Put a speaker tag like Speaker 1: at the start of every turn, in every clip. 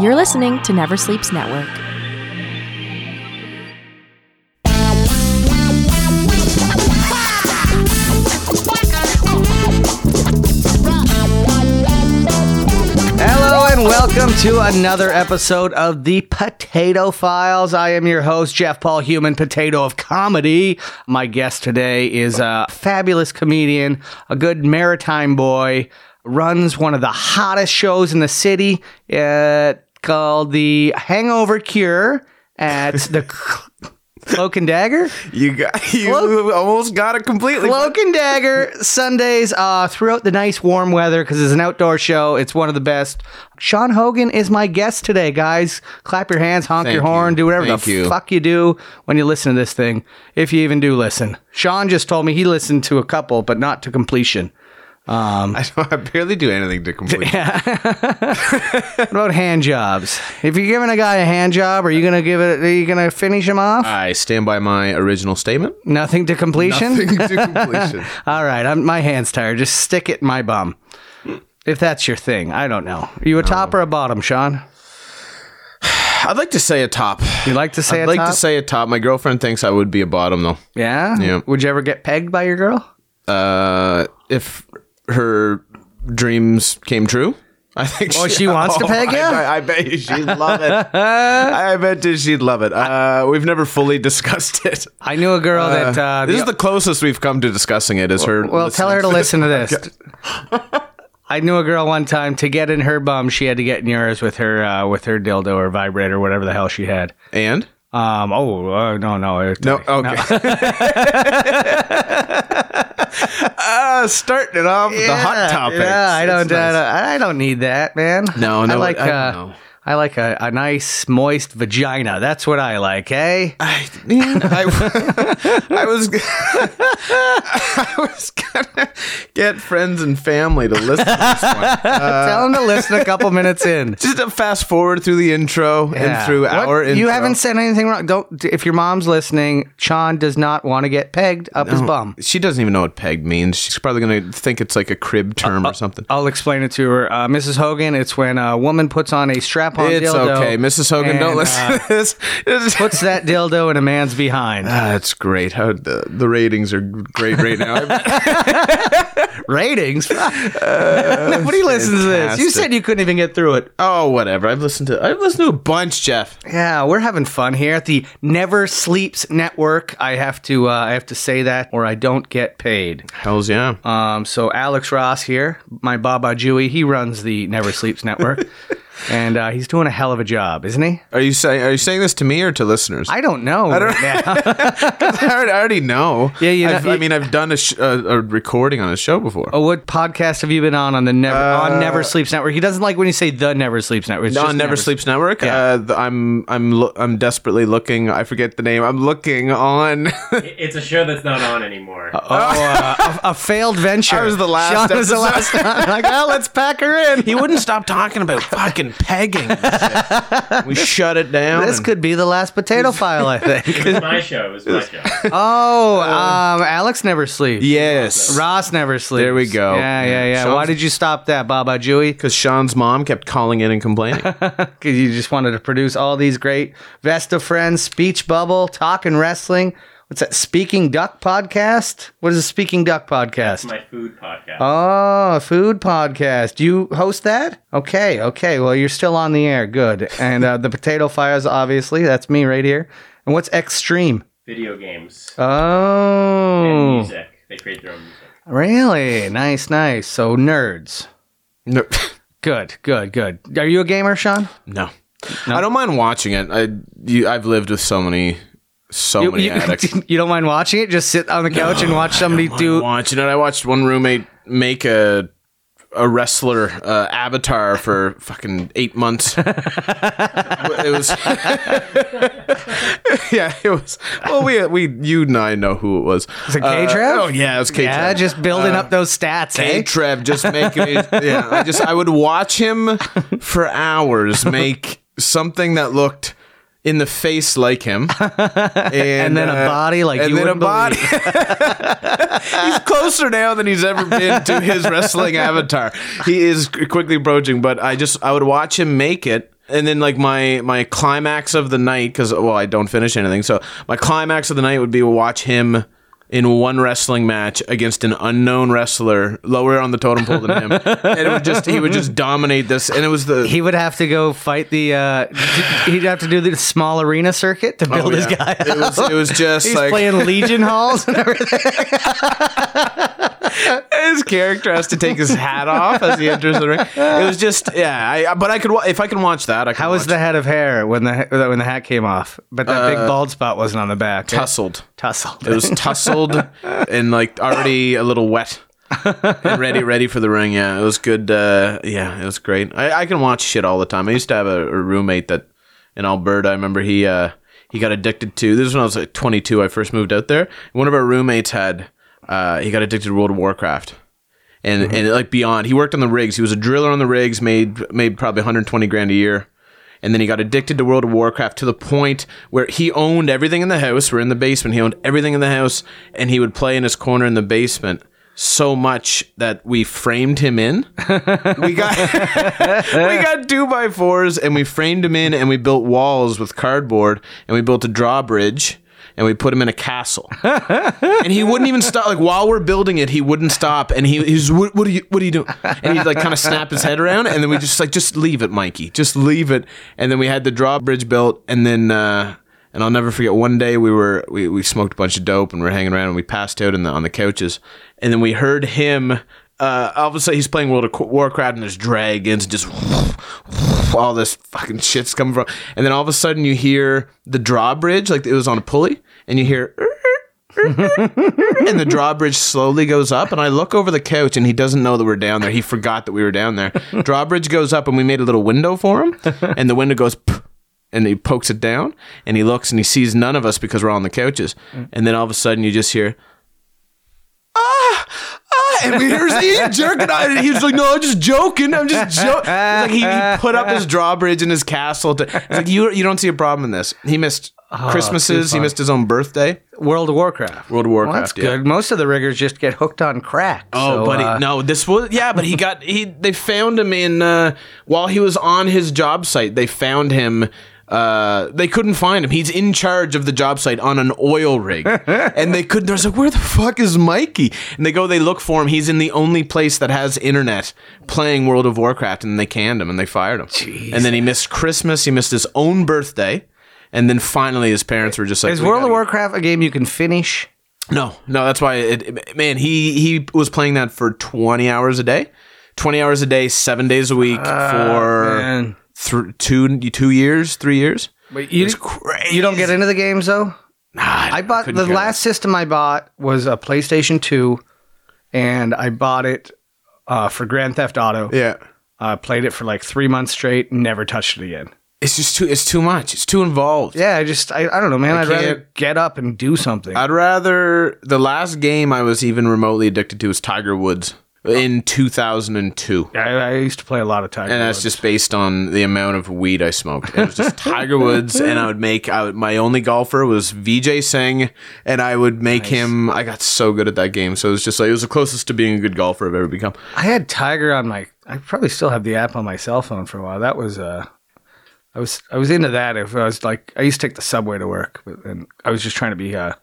Speaker 1: You're listening to Never Sleeps Network.
Speaker 2: Hello and welcome to another episode of the Potato Files. I am your host, Jeff Paul Human, Potato of Comedy. My guest today is a fabulous comedian, a good maritime boy, runs one of the hottest shows in the city uh, called The Hangover Cure at the Cloak and Dagger.
Speaker 3: You got you almost got it completely.
Speaker 2: Cloak and Dagger Sundays uh, throughout the nice warm weather because it's an outdoor show. It's one of the best. Sean Hogan is my guest today, guys. Clap your hands, honk
Speaker 3: Thank
Speaker 2: your horn,
Speaker 3: you.
Speaker 2: do whatever
Speaker 3: Thank
Speaker 2: the
Speaker 3: you.
Speaker 2: fuck you do when you listen to this thing, if you even do listen. Sean just told me he listened to a couple, but not to completion.
Speaker 3: I, don't- I barely do anything to complete.
Speaker 2: What about hand jobs? If you're giving a guy a hand job, are you gonna give it? Are you gonna finish him off?
Speaker 3: I stand by my original statement.
Speaker 2: Nothing to completion.
Speaker 3: Nothing to completion.
Speaker 2: All right, I'm, my hand's tired. Just stick it in my bum. If that's your thing, I don't know. Are you a top or a bottom, Sean?
Speaker 3: I'd like to say a top.
Speaker 2: You like to say
Speaker 3: I'd
Speaker 2: a
Speaker 3: like
Speaker 2: top?
Speaker 3: to say a top. My girlfriend thinks I would be a bottom though.
Speaker 2: yeah?
Speaker 3: Yeah.
Speaker 2: Would you ever get pegged by your girl?
Speaker 3: Uh, if her dreams came true, I think.
Speaker 2: Oh, she wants to peg
Speaker 3: I
Speaker 2: you?
Speaker 3: bet- I, bet you she'd love it. I bet you she'd love it. Uh, we've never fully discussed it.
Speaker 2: I knew a girl that. Uh,
Speaker 3: this is the closest we've come to discussing it. Is her?
Speaker 2: well, tell her to listen to this. I knew a girl one time to get in her bum, she had to get in yours with her uh, with her dildo or vibrator, whatever the hell she had.
Speaker 3: and
Speaker 2: Um, oh uh, no, no, it-
Speaker 3: No, okay. uh, starting it off with the hot topics.
Speaker 2: Yeah, I don't,
Speaker 3: That's
Speaker 2: I
Speaker 3: nice.
Speaker 2: don't, I don't need that, man.
Speaker 3: No,
Speaker 2: I
Speaker 3: no,
Speaker 2: like,
Speaker 3: I-
Speaker 2: uh,
Speaker 3: no.
Speaker 2: I like a, a nice moist vagina. That's what I like, eh?
Speaker 3: I, man, I, I was, I was gonna get friends and family to listen to this one.
Speaker 2: Tell him to listen a couple minutes in.
Speaker 3: Just to fast forward through the intro
Speaker 2: Yeah.
Speaker 3: and through
Speaker 2: What?
Speaker 3: our intro.
Speaker 2: You haven't said anything wrong. Don't. If your mom's listening, Sean does not want to get pegged up his bum.
Speaker 3: She doesn't even know what peg means. She's probably gonna think it's like a crib
Speaker 2: Uh,
Speaker 3: term or something.
Speaker 2: I'll explain it to her, uh, Mrs. Hogan. It's when a woman puts on a strap-on
Speaker 3: It's
Speaker 2: uh, dildo.
Speaker 3: okay, Mrs. Hogan. don't
Speaker 2: and,
Speaker 3: listen
Speaker 2: uh,
Speaker 3: to this.
Speaker 2: puts that dildo in a man's behind.
Speaker 3: That's great. How the, the ratings are great right now.
Speaker 2: Ratings. Nobody listens to this. You
Speaker 3: Uh, fantastic.
Speaker 2: said you couldn't even get through it.
Speaker 3: Oh, whatever. I've listened to I've listened to a bunch, Jeff.
Speaker 2: Yeah, we're having fun here at the Never Sleeps Network. I have to uh, I have to say that or I don't get paid.
Speaker 3: Hells yeah.
Speaker 2: Um, so Alex Ross here, my Baba Jewy, he runs the Never Sleeps Network, and uh, he's doing a hell of a job, isn't he?
Speaker 3: Are you saying Are you saying this to me or to listeners?
Speaker 2: I don't know. right now.
Speaker 3: I already, I already know.
Speaker 2: Yeah, you know-
Speaker 3: I've, I mean, I've done a, sh- a, a recording on a show before.
Speaker 2: Oh, what podcast have you been on on the Never on Never Sleeps Network? He doesn't like when you say the Never Sleeps Network. It's
Speaker 3: on
Speaker 2: just
Speaker 3: Uh, Never, Sleeps Network.
Speaker 2: Yeah.
Speaker 3: Uh, the, I'm I'm lo- I'm desperately looking. I forget the name. I'm looking on.
Speaker 4: It's a show that's not on anymore.
Speaker 2: Oh, uh, a, a failed venture.
Speaker 3: I was the last
Speaker 2: Sean was the last.
Speaker 3: episode.
Speaker 2: one. like, oh, let's pack her in.
Speaker 3: he wouldn't stop talking about fucking pegging. we shut it down.
Speaker 2: This
Speaker 3: and-
Speaker 2: could be the last potato file, I think.
Speaker 4: It's my show. It was my show.
Speaker 2: Oh, um, Alex never sleeps.
Speaker 3: yes.
Speaker 2: Ross never sleeps.
Speaker 3: There we go.
Speaker 2: Yeah, yeah,
Speaker 3: Yeah.
Speaker 2: yeah. Why
Speaker 3: Sean's-
Speaker 2: did you stop that, Baba Jewy?
Speaker 3: Because Sean's mom kept calling in and complaining.
Speaker 2: Because you just wanted to produce all these great Vesta Friends, Speech Bubble, Talking Wrestling. What's that? Speaking Duck podcast? What is a Speaking Duck podcast?
Speaker 4: My food podcast.
Speaker 2: Oh, a food podcast. You host that? Okay, okay. Well, you're still on the air. Good. And uh, the Potato Fires, obviously. That's me right here. And what's Extreme?
Speaker 4: Video games and
Speaker 2: Oh,
Speaker 4: music. They create their own music.
Speaker 2: really? Nice, nice. So, nerds.
Speaker 3: no.
Speaker 2: Good, good, good. Are you a gamer, Sean?
Speaker 3: No. I don't mind watching it. I you, I've lived with so many so
Speaker 2: You,
Speaker 3: many
Speaker 2: you-
Speaker 3: addicts.
Speaker 2: you don't mind watching it? Just sit on the couch and watch somebody
Speaker 3: Dude.
Speaker 2: do.
Speaker 3: Watching it, I watched one roommate make a a wrestler uh, avatar for fucking eight months. it was, yeah, it was. Well, we we you and I know who it was. It's
Speaker 2: it K-Trev?
Speaker 3: oh yeah, it was Uh, K-Trev.
Speaker 2: Yeah, just building up those stats, eh?
Speaker 3: Trev just making me. Yeah, I just I would watch him for hours make something that looked in the face like him, and,
Speaker 2: then a body like
Speaker 3: and
Speaker 2: you
Speaker 3: uh, then a
Speaker 2: wouldn't
Speaker 3: body. he's closer now than he's ever been to his wrestling avatar. He is quickly approaching, but I just I would watch him make it. and then like my my climax of the night because well I don't finish anything so my climax of the night would be watch him in one wrestling match against an unknown wrestler lower on the totem pole than him and it would just he would just dominate this and it was the
Speaker 2: He would have to go fight the. Uh, d- he'd have to do the small arena circuit to build
Speaker 3: Oh,
Speaker 2: his
Speaker 3: yeah.
Speaker 2: guy.
Speaker 3: it was it was just
Speaker 2: He's
Speaker 3: like
Speaker 2: playing Legion halls and everything.
Speaker 3: his character has to take his hat off as he enters the ring it was just yeah I, I- but I could wa- if I can watch that I can
Speaker 2: How was the head of hair when the when the hat came off? But that big bald spot wasn't on the back. right?
Speaker 3: tussled
Speaker 2: Tussled.
Speaker 3: Uh, It was tussled and like already a little wet and ready, ready for the ring. Yeah, it was good. Uh, yeah, it was great. I, I can watch shit all the time. I used to have a, a roommate that in Alberta. I remember he uh, he got addicted to. This is when I was like 22. I first moved out there. one of our roommates had uh, he got addicted to World of Warcraft. And, and like beyond, he worked on the rigs. He was a driller on the rigs, made made probably 120 grand a year and then he got addicted to World of Warcraft to the point where he owned everything in the house. We're in the basement. He owned everything in the house, and he would play in his corner in the basement so much that we framed him in. we got we got two by fours, and we framed him in, and we built walls with cardboard, and we built a drawbridge. And we put him in a castle, and he wouldn't even stop. Like while we're building it, he wouldn't stop, and he, he's what, what are you what are you doing? And he'd like kind of snap his head around, and then we just like just leave it, Mikey, just leave it. And then we had the drawbridge built, and then uh, and I'll never forget one day we were we, we smoked a bunch of dope and we are hanging around and we passed out in the, on the couches, and then we heard him. Uh, all of a sudden, he's playing World of Warcraft and there's dragons, just all this fucking shit's coming from. And then all of a sudden, you hear the drawbridge, like it was on a pulley, and you hear and the drawbridge slowly goes up and i look over the couch and he doesn't know that we're down there he forgot that we were down there drawbridge goes up and we made a little window for him and the window goes "Pff," and he pokes it down and he looks and he sees none of us because we're on the couches
Speaker 2: Mm.
Speaker 3: and then all of a sudden you just hear ah, and we hear he's jerking on it. He was like, "No, I'm just joking. I'm just joking." Like he, he put up his drawbridge in his castle. To, it's like you you don't see a problem in this. He missed
Speaker 2: Oh,
Speaker 3: Christmases. He missed his own birthday.
Speaker 2: World of Warcraft.
Speaker 3: World of
Speaker 2: Well,
Speaker 3: Warcraft.
Speaker 2: that's
Speaker 3: yeah.
Speaker 2: good. Most of the riggers just get hooked on crack.
Speaker 3: Oh,
Speaker 2: so,
Speaker 3: buddy,
Speaker 2: uh,
Speaker 3: no, this was yeah, but he got he. They found him in uh, while he was on his job site. They found him. Uh, they couldn't find him. He's in charge of the job site on an oil rig, and they couldn't. They're like, "Where the fuck is Mikey?" And they go, they look for him. He's in the only place that has internet playing World of Warcraft, and they canned him and they fired him. And then he missed Christmas. He missed his own birthday, and then finally his parents were just like,
Speaker 2: Is
Speaker 3: "We
Speaker 2: World of
Speaker 3: gotta-
Speaker 2: Warcraft a game you can finish?
Speaker 3: no, no, that's why. It, it- man, he he was playing that for twenty hours a day, twenty hours a day, seven days a week for
Speaker 2: Ah, Man.
Speaker 3: thr two two years, three years.
Speaker 2: you,
Speaker 3: It's crazy.
Speaker 2: you don't get into the games though? I bought
Speaker 3: couldn't
Speaker 2: the
Speaker 3: care
Speaker 2: last system I bought was a PlayStation 2, and I bought it uh, for Grand Theft Auto.
Speaker 3: Yeah,
Speaker 2: Uh, played it for like three months straight, never touched it again.
Speaker 3: it's just too. It's too much. It's too involved.
Speaker 2: Yeah, I just, I, I don't know, man. I would rather
Speaker 3: can't-
Speaker 2: get up and do something.
Speaker 3: I'd rather the last game I was even remotely addicted to was Tiger Woods in two thousand and two.
Speaker 2: I, I used to play a lot of Tiger
Speaker 3: and that's
Speaker 2: Woods.
Speaker 3: just based on the amount of weed I smoked. It was just Tiger Woods, and I would make I would, my only golfer was VJ Singh, and I would make him. I got so good at that game, so it was just like it was the closest to being a good golfer I've ever become.
Speaker 2: I had Tiger on my. I probably still have the app on my cell phone for a while. That was uh, I was I was into that. If I was like, I used to take the subway to work, but and I was just trying to be uh,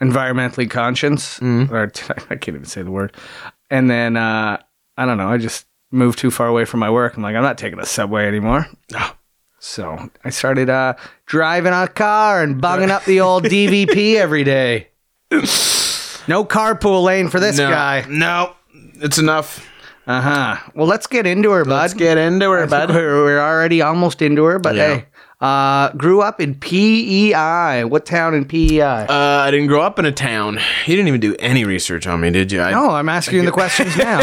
Speaker 2: environmentally conscious. Or I can't even say the word. And then uh, I don't know. I just moved too far away from my work. I'm like, I'm not taking the subway anymore. So I started uh, driving a car and bunging up the old DVP every day. No carpool lane for this
Speaker 3: no,
Speaker 2: guy.
Speaker 3: no, it's enough.
Speaker 2: Uh huh. Well, let's get into her, bud.
Speaker 3: Let's get into
Speaker 2: I think
Speaker 3: it, bud.
Speaker 2: We're, we're already almost into her, but
Speaker 3: Yeah.
Speaker 2: hey. Uh, grew up in PEI. What town in E PEI?
Speaker 3: Uh, I didn't grow up in a town. You didn't even do any research on me, did you? I,
Speaker 2: no, I'm asking you the questions now.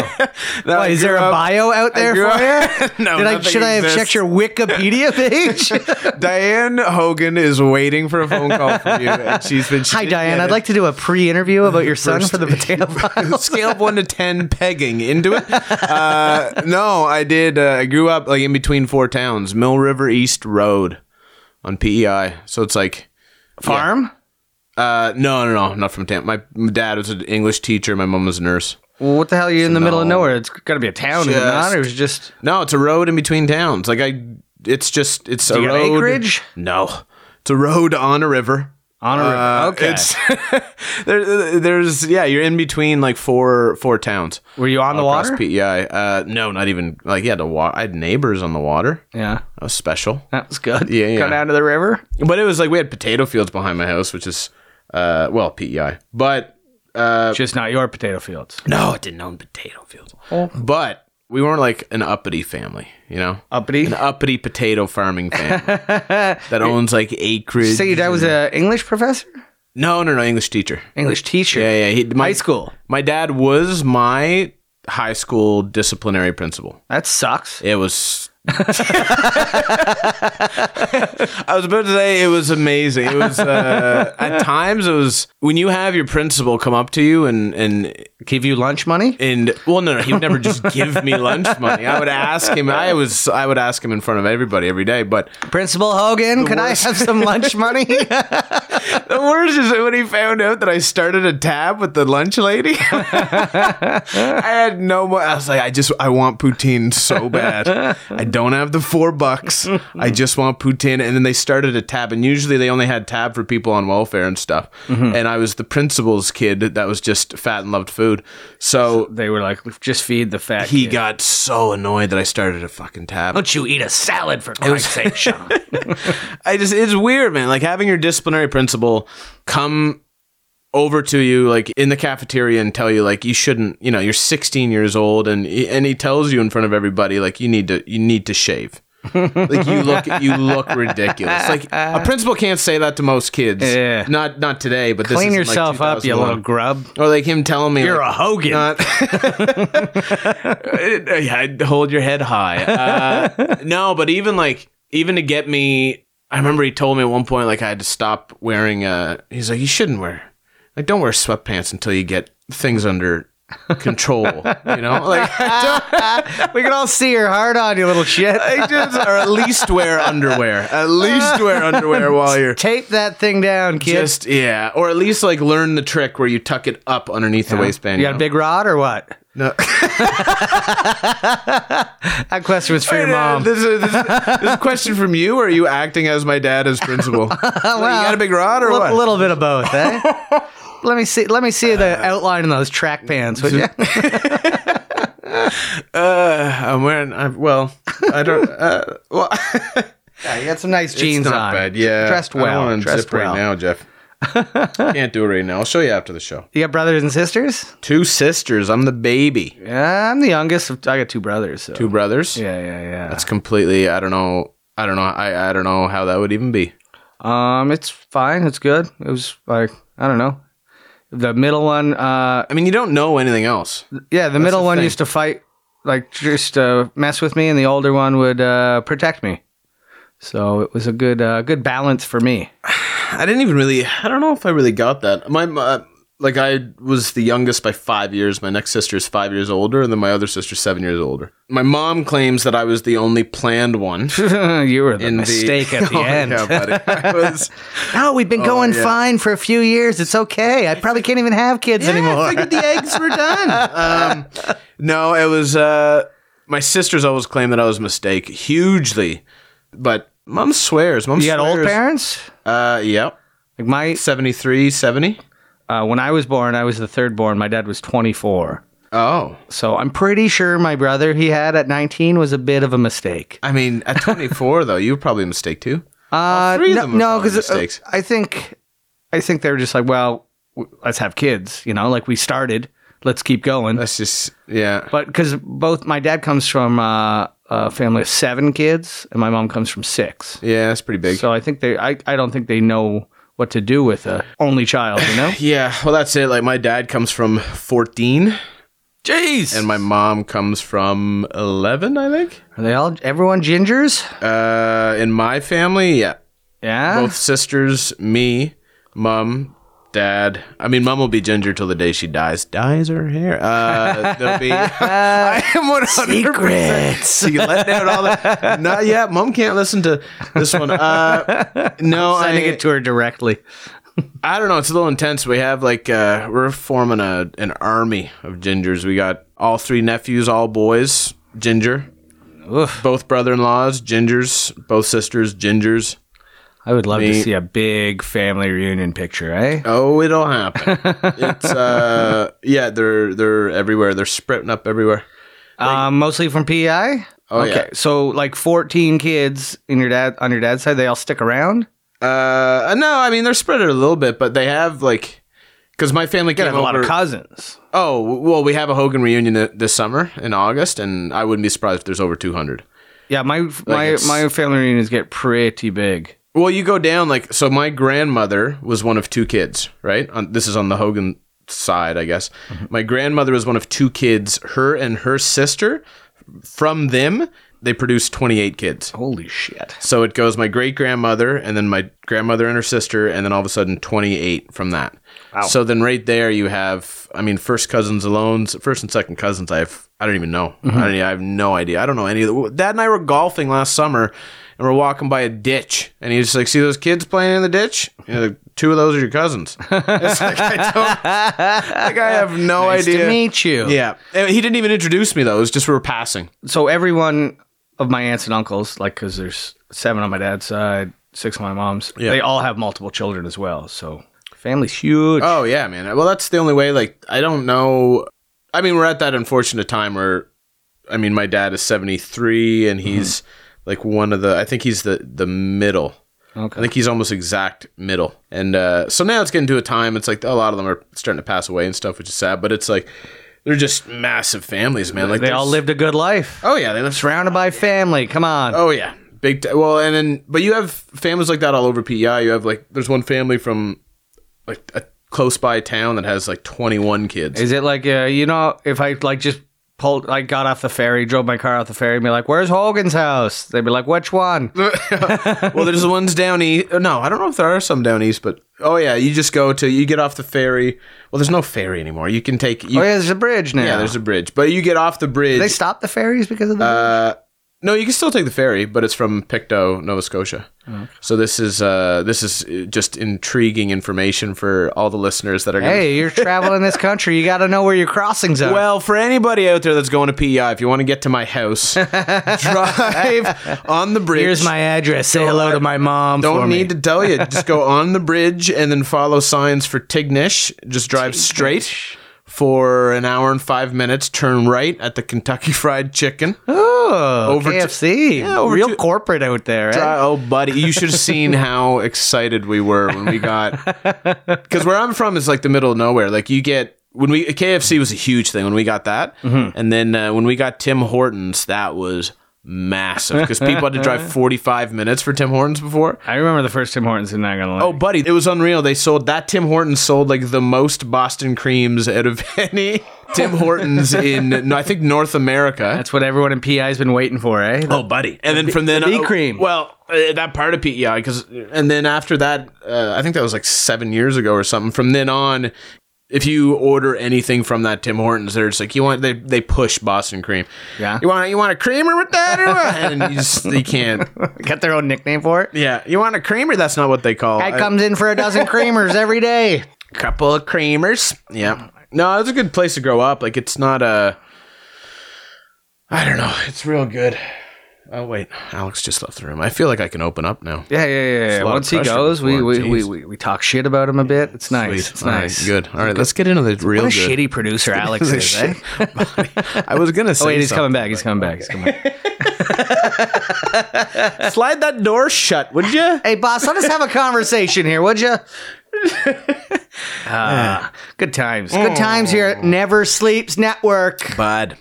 Speaker 3: No, I
Speaker 2: Is there
Speaker 3: grew
Speaker 2: a
Speaker 3: up-
Speaker 2: bio out there
Speaker 3: grew
Speaker 2: for
Speaker 3: up-
Speaker 2: you?
Speaker 3: No,
Speaker 2: Did I,
Speaker 3: nothing
Speaker 2: should I have checked
Speaker 3: exists.
Speaker 2: your Wikipedia page?
Speaker 3: Diane Hogan is waiting for a phone call from you, and she's been.
Speaker 2: Hi, Diane. I'd like to do a pre-interview about your son
Speaker 3: First-
Speaker 2: for the potato file.
Speaker 3: scale of one to ten pegging into it. Uh, no, I did. Uh, I grew up like in between four towns, Mill River East Road on PEI. So it's like,
Speaker 2: Farm?
Speaker 3: uh, no, no, no, I'm not from Tampa. My, my dad was an English teacher. My mom was a nurse.
Speaker 2: Well, what the hell? You're in the middle of
Speaker 3: no.
Speaker 2: nowhere. It's got to be a town, is it not?
Speaker 3: Just-
Speaker 2: It was just
Speaker 3: No, it's a road in between towns. Like I it's just it's
Speaker 2: Do
Speaker 3: a
Speaker 2: you got
Speaker 3: road.
Speaker 2: acreage?
Speaker 3: No, it's a road on a river.
Speaker 2: On a river. Okay.
Speaker 3: uh, It's, there, there's yeah, you're in between like four four towns.
Speaker 2: Were you on the
Speaker 3: Across
Speaker 2: water?
Speaker 3: PEI. Uh, no, not even like yeah, the water. I had neighbors on the water.
Speaker 2: yeah,
Speaker 3: That was special.
Speaker 2: that was good.
Speaker 3: Yeah, yeah.
Speaker 2: Go down to the river.
Speaker 3: But it was like we had potato fields behind my house, which is uh, well PEI. But
Speaker 2: Just not your potato fields.
Speaker 3: no, I didn't own potato fields. But we weren't like an uppity family, you know,
Speaker 2: Uppity.
Speaker 3: an uppity potato farming family that owns like acreage.
Speaker 2: So your dad was an English professor,
Speaker 3: no, no, no, English teacher.
Speaker 2: English teacher,
Speaker 3: Yeah, yeah. He, my,
Speaker 2: high school.
Speaker 3: My dad was my high school disciplinary principal.
Speaker 2: That sucks.
Speaker 3: It was. I was about to say it was amazing. It was uh, at times it was when you have your principal come up to you and and
Speaker 2: Give you lunch money?
Speaker 3: and well no no he would never just give me lunch money. I would ask him. I was I would ask him in front of everybody every day. But
Speaker 2: Principal Hogan, can
Speaker 3: worst.
Speaker 2: I have some lunch money?
Speaker 3: the worst is when he found out that I started a tab with the lunch lady. I had no more. I was like, I just I want poutine so bad. I don't have the four bucks. I just want poutine. And then they started a tab, and usually they only had tab for people on welfare and stuff. And I was the principal's kid that was just fat and loved food. So.
Speaker 2: they were like, just feed the fat.
Speaker 3: He
Speaker 2: kid."
Speaker 3: got so annoyed that I started a fucking tab.
Speaker 2: Don't you eat a salad for Christ's sake, Sean?
Speaker 3: I just it's weird, man. Like having your disciplinary principal come over to you like in the cafeteria and tell you like you shouldn't, you know, you're 16 years old and and he tells you in front of everybody like you need to you need to shave. like you look you look ridiculous. Like a principal can't say that to most kids.
Speaker 2: Yeah.
Speaker 3: Not not today, but this
Speaker 2: Clean
Speaker 3: is in, like,
Speaker 2: yourself up, you
Speaker 3: 2001.
Speaker 2: little grub.
Speaker 3: Or like him telling me like,
Speaker 2: Hogan.
Speaker 3: not. yeah, I'd hold your head high. Uh, no, but even like even to get me, I remember he told me at one point like I had to stop wearing. Uh, he's like, you shouldn't wear like don't wear sweatpants until you get things under control. you know, like
Speaker 2: we can all see your heart on, you little shit.
Speaker 3: I just or at least wear underwear. At least wear underwear while you're.
Speaker 2: Tape that thing down, kid.
Speaker 3: Just yeah, or at least like learn the trick where you tuck it up underneath the waistband.
Speaker 2: you
Speaker 3: you
Speaker 2: got a
Speaker 3: know?
Speaker 2: big rod or what?
Speaker 3: No.
Speaker 2: That question was for your
Speaker 3: Wait, uh,
Speaker 2: mom.
Speaker 3: This is, this, is- this is a question from you, or are you acting as my dad as principal? Like, you got a big rod or
Speaker 2: A
Speaker 3: what?
Speaker 2: little, little bit of both, eh? Uh, let me see. Let me see the outline in those track pants. Would you?
Speaker 3: Uh, I'm wearing. I'm, well, I don't. Uh, well,
Speaker 2: Yeah, you got some nice
Speaker 3: it's
Speaker 2: jeans
Speaker 3: not
Speaker 2: on.
Speaker 3: bad. Yeah,
Speaker 2: dressed
Speaker 3: I don't
Speaker 2: well.
Speaker 3: wanna
Speaker 2: dressed
Speaker 3: zip
Speaker 2: well.
Speaker 3: right now, Jeff. Can't do it right now. I'll show you after the show.
Speaker 2: You got brothers and sisters?
Speaker 3: Two sisters. I'm the baby.
Speaker 2: Yeah, I'm the youngest. of- I got two brothers. So.
Speaker 3: Two brothers.
Speaker 2: Yeah, yeah, yeah.
Speaker 3: That's completely. I don't know. I don't know. I I don't know how that would even be.
Speaker 2: Um, it's fine. It's good. It was like I don't know. The middle one, uh,
Speaker 3: I mean, you don't know anything else.
Speaker 2: yeah, the middle
Speaker 3: the
Speaker 2: one
Speaker 3: thing.
Speaker 2: used to fight, like just uh, mess with me, and the older one would uh, protect me. So it was a good, uh, good balance for me.
Speaker 3: I didn't even really. I don't know if I really got that. My, my like I was the youngest by five years. My next sister is five years older, and then my other sister's seven years older. My mom claims that I was the only planned one.
Speaker 2: you were the
Speaker 3: In the-
Speaker 2: mistake at the
Speaker 3: Oh,
Speaker 2: end.
Speaker 3: yeah, buddy. I was-
Speaker 2: No, we've been going
Speaker 3: Oh, yeah.
Speaker 2: fine for a few years. It's okay. I probably can't even have kids anymore.
Speaker 3: I figured the eggs were done. Um, no, it was. Uh, my sisters always claim that I was a mistake hugely, but mom swears. Mom
Speaker 2: you got old
Speaker 3: swears.
Speaker 2: parents?
Speaker 3: Uh, yep.
Speaker 2: Like my,
Speaker 3: 73, 70.
Speaker 2: uh, when I was born, I was the third born. My dad was twenty four.
Speaker 3: Oh.
Speaker 2: So I'm pretty sure my brother he had at 19 was a bit of a mistake.
Speaker 3: I mean, at 24, though, you were probably a mistake too.
Speaker 2: Uh,
Speaker 3: three of
Speaker 2: no-
Speaker 3: them were
Speaker 2: no,
Speaker 3: probably
Speaker 2: because
Speaker 3: mistakes.
Speaker 2: I think, I think they were just like, well, w- let's have kids. You know, like we started, let's keep going.
Speaker 3: That's just yeah.
Speaker 2: but because both my dad comes from uh, a family of seven kids, and my mom comes from six,
Speaker 3: Yeah, that's pretty big.
Speaker 2: so I think they, I, I don't think they know what to do with a only child. You know,
Speaker 3: yeah, well that's it. Like my dad comes from 14
Speaker 2: jeez.
Speaker 3: and my mom comes from 11, I think.
Speaker 2: Are they all everyone gingers?
Speaker 3: Uh in my family, yeah.
Speaker 2: Yeah.
Speaker 3: Both sisters, me, mom, dad. I mean, mom will be ginger till the day she dies. Dyes her hair. Uh there'll be I am 100
Speaker 2: Secrets.
Speaker 3: you let out all that. Not yet. Mom can't listen to this one. Uh, no, I
Speaker 2: Sending it to her directly.
Speaker 3: I don't know. It's a little intense. We have like uh, we're forming a an army of gingers. We got all three nephews, all boys. Ginger.
Speaker 2: Oof.
Speaker 3: Both brother-in-laws, gingers. Both sisters, gingers.
Speaker 2: I would love to
Speaker 3: Me-
Speaker 2: see a big family reunion picture, eh?
Speaker 3: Oh, it'll happen. it's uh, yeah, they're they're everywhere. They're sprouting up everywhere.
Speaker 2: um, mostly from PI.
Speaker 3: Oh,
Speaker 2: okay,
Speaker 3: yeah.
Speaker 2: so like fourteen kids in your dad on your dad's side, they all stick around.
Speaker 3: Uh, no, I mean they're spread out a little bit, but they have like, because my family
Speaker 2: You
Speaker 3: came
Speaker 2: have a lot of
Speaker 3: over-
Speaker 2: cousins.
Speaker 3: Oh well, we have a Hogan reunion th- this summer in August, and I wouldn't be surprised if there's over 200.
Speaker 2: Yeah, my my
Speaker 3: it's-
Speaker 2: my family reunions get pretty big.
Speaker 3: Well, you go down like so. My grandmother was one of two kids, right? On, this is on the Hogan side, I guess.
Speaker 2: Mm-hmm.
Speaker 3: My grandmother was one of two kids. Her and her sister, from them, they produced 28 kids.
Speaker 2: Holy shit!
Speaker 3: So it goes my great grandmother, and then my grandmother and her sister, and then all of a sudden 28 from that. So then right there you have, I mean, first cousins alone, first and second cousins. I have, I don't even know.
Speaker 2: Mm-hmm.
Speaker 3: I, don't, I have no idea. I don't know any of the. Dad and I were golfing last summer, and we're walking by a ditch, and he's just like, "See those kids playing in the ditch? You know, like, two of those are your cousins." It's like, I don't, like I have no
Speaker 2: Nice
Speaker 3: idea.
Speaker 2: to meet you.
Speaker 3: Yeah, And he didn't even introduce me though. It was just we were passing.
Speaker 2: So everyone of my aunts and uncles, like, because there's seven on my dad's side, six on my mom's.
Speaker 3: Yeah.
Speaker 2: They all have multiple children as well. So family's huge.
Speaker 3: Oh yeah, man. Well, that's the only way. Like, I don't know. I mean, we're at that unfortunate time where, I mean, my dad is seventy three,
Speaker 2: Mm-hmm.
Speaker 3: and he's like one of the. I think he's the the middle. I
Speaker 2: okay.
Speaker 3: think he's almost exact middle. And uh, so now it's getting to a time. It's like a lot of them are starting to pass away and stuff, which is sad. But it's like they're just massive families, man. Like
Speaker 2: they all
Speaker 3: there's-
Speaker 2: lived a good life,
Speaker 3: Oh yeah, they live
Speaker 2: surrounded by family. Come on.
Speaker 3: Oh yeah, big. T- well, and then but you have families like that all over PEI. You have like there's one family from like a close by town that has like 21 kids.
Speaker 2: Is it like uh, you know if I like just pulled like got off the ferry, drove my car off the ferry, and be like, "Where's Hogan's house?" They'd be like, "Which one?"
Speaker 3: Mm-hmm.
Speaker 2: "Oh,
Speaker 3: well, there's the ones down east. No, I don't know if there are some down east, but oh yeah, you just go to you get off the ferry. Well, there's no ferry anymore. You can take you,
Speaker 2: Oh,
Speaker 3: yeah.
Speaker 2: yeah, there's a bridge now.
Speaker 3: there's a bridge, but you get off the bridge.
Speaker 2: they stopped the ferries because of the.
Speaker 3: Uh, no, you can still take the ferry, but it's from Pictou, Nova Scotia. So this is uh, this is uh, just intriguing information for all the listeners that are. gonna-
Speaker 2: hey, you're traveling this country. You got to know where your crossings are.
Speaker 3: Well, for anybody out there that's going to PEI, if you want to get to my house, drive on the bridge.
Speaker 2: here's my address. Say hello to my mom. for
Speaker 3: Don't
Speaker 2: me.
Speaker 3: need to tell you. Just go on the bridge and then follow signs for Tignish. Just drive straight for an hour and five minutes. Turn right at the Kentucky Fried Chicken.
Speaker 2: Oh,
Speaker 3: Over to-
Speaker 2: KFC.
Speaker 3: Yeah, over
Speaker 2: Real
Speaker 3: to-
Speaker 2: corporate out there, right?
Speaker 3: Dri- oh, buddy, you should have seen how excited we were when we got. Because where I'm from is like the middle of nowhere. Like you get when we KFC was a huge thing when we got that, and then uh, when we got Tim Hortons, that was massive because people had to drive 45 minutes for Tim Hortons before.
Speaker 2: I remember the first Tim Hortons in Niagara.
Speaker 3: Oh, buddy, it was unreal. They sold that Tim Hortons sold like the most Boston creams out of any Tim Hortons in no, I think North America.
Speaker 2: that's what everyone in PI's been waiting for, eh?
Speaker 3: Oh, buddy. And then from then
Speaker 2: the bee cream.
Speaker 3: Well, uh, that part of PEI because and then after that, uh, I think that was like seven years ago or something. From then on, if you order anything from that Tim Hortons, they're just like you want. They they push Boston cream.
Speaker 2: Yeah.
Speaker 3: You want you want a creamer with that, or what? and you just you can't.
Speaker 2: Got their own nickname for it.
Speaker 3: Yeah, you want a creamer? That's not what they call.
Speaker 2: Guy comes in for a dozen creamers every day.
Speaker 3: a couple of creamers.
Speaker 2: Oh
Speaker 3: Yeah. No, it's a good place to grow up. Like it's not a. I don't know. It's real good. Oh wait, Alex just left the room. I feel like I can open up now.
Speaker 2: Yeah, yeah, yeah. yeah.
Speaker 3: a lot of
Speaker 2: Once he
Speaker 3: pressure
Speaker 2: goes, we
Speaker 3: before,
Speaker 2: we,
Speaker 3: jeez.
Speaker 2: we, we we talk shit about him a bit. It's nice.
Speaker 3: Sweet.
Speaker 2: It's
Speaker 3: All right,
Speaker 2: nice.
Speaker 3: good. All right, let's get into the real
Speaker 2: What a
Speaker 3: good.
Speaker 2: shitty producer Alex is, eh?
Speaker 3: I was gonna say.
Speaker 2: Oh, wait, he's coming
Speaker 3: something.
Speaker 2: back. He's coming back. He's coming back.
Speaker 3: Slide that door shut, would you?
Speaker 2: hey, boss, let us have a conversation here, would you? Ah, good times. Good times here
Speaker 3: Mm.
Speaker 2: at Never Sleeps Network.
Speaker 3: Bud.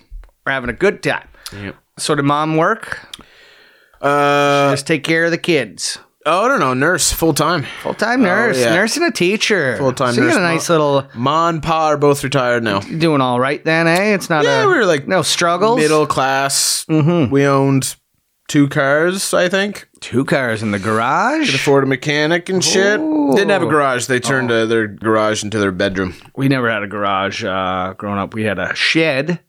Speaker 2: We're having a good time. So, did mom work?
Speaker 3: Uh
Speaker 2: Just take care of the kids.
Speaker 3: oh, I don't know. Nurse full time.
Speaker 2: Full time nurse,
Speaker 3: Oh, yeah.
Speaker 2: nurse and a teacher.
Speaker 3: Full-time
Speaker 2: so you
Speaker 3: nurse,
Speaker 2: got a nice little
Speaker 3: Ma and Pa are both retired now.
Speaker 2: doing all right then, eh? It's not
Speaker 3: Yeah,
Speaker 2: a
Speaker 3: we were like Mm-hmm.
Speaker 2: no struggles.
Speaker 3: middle class. We owned two cars, I think.
Speaker 2: two cars in the garage.
Speaker 3: Afford a mechanic and shit. Didn't have a garage. They turned uh, their garage into their bedroom.
Speaker 2: we never had a garage uh, growing up. We had a shed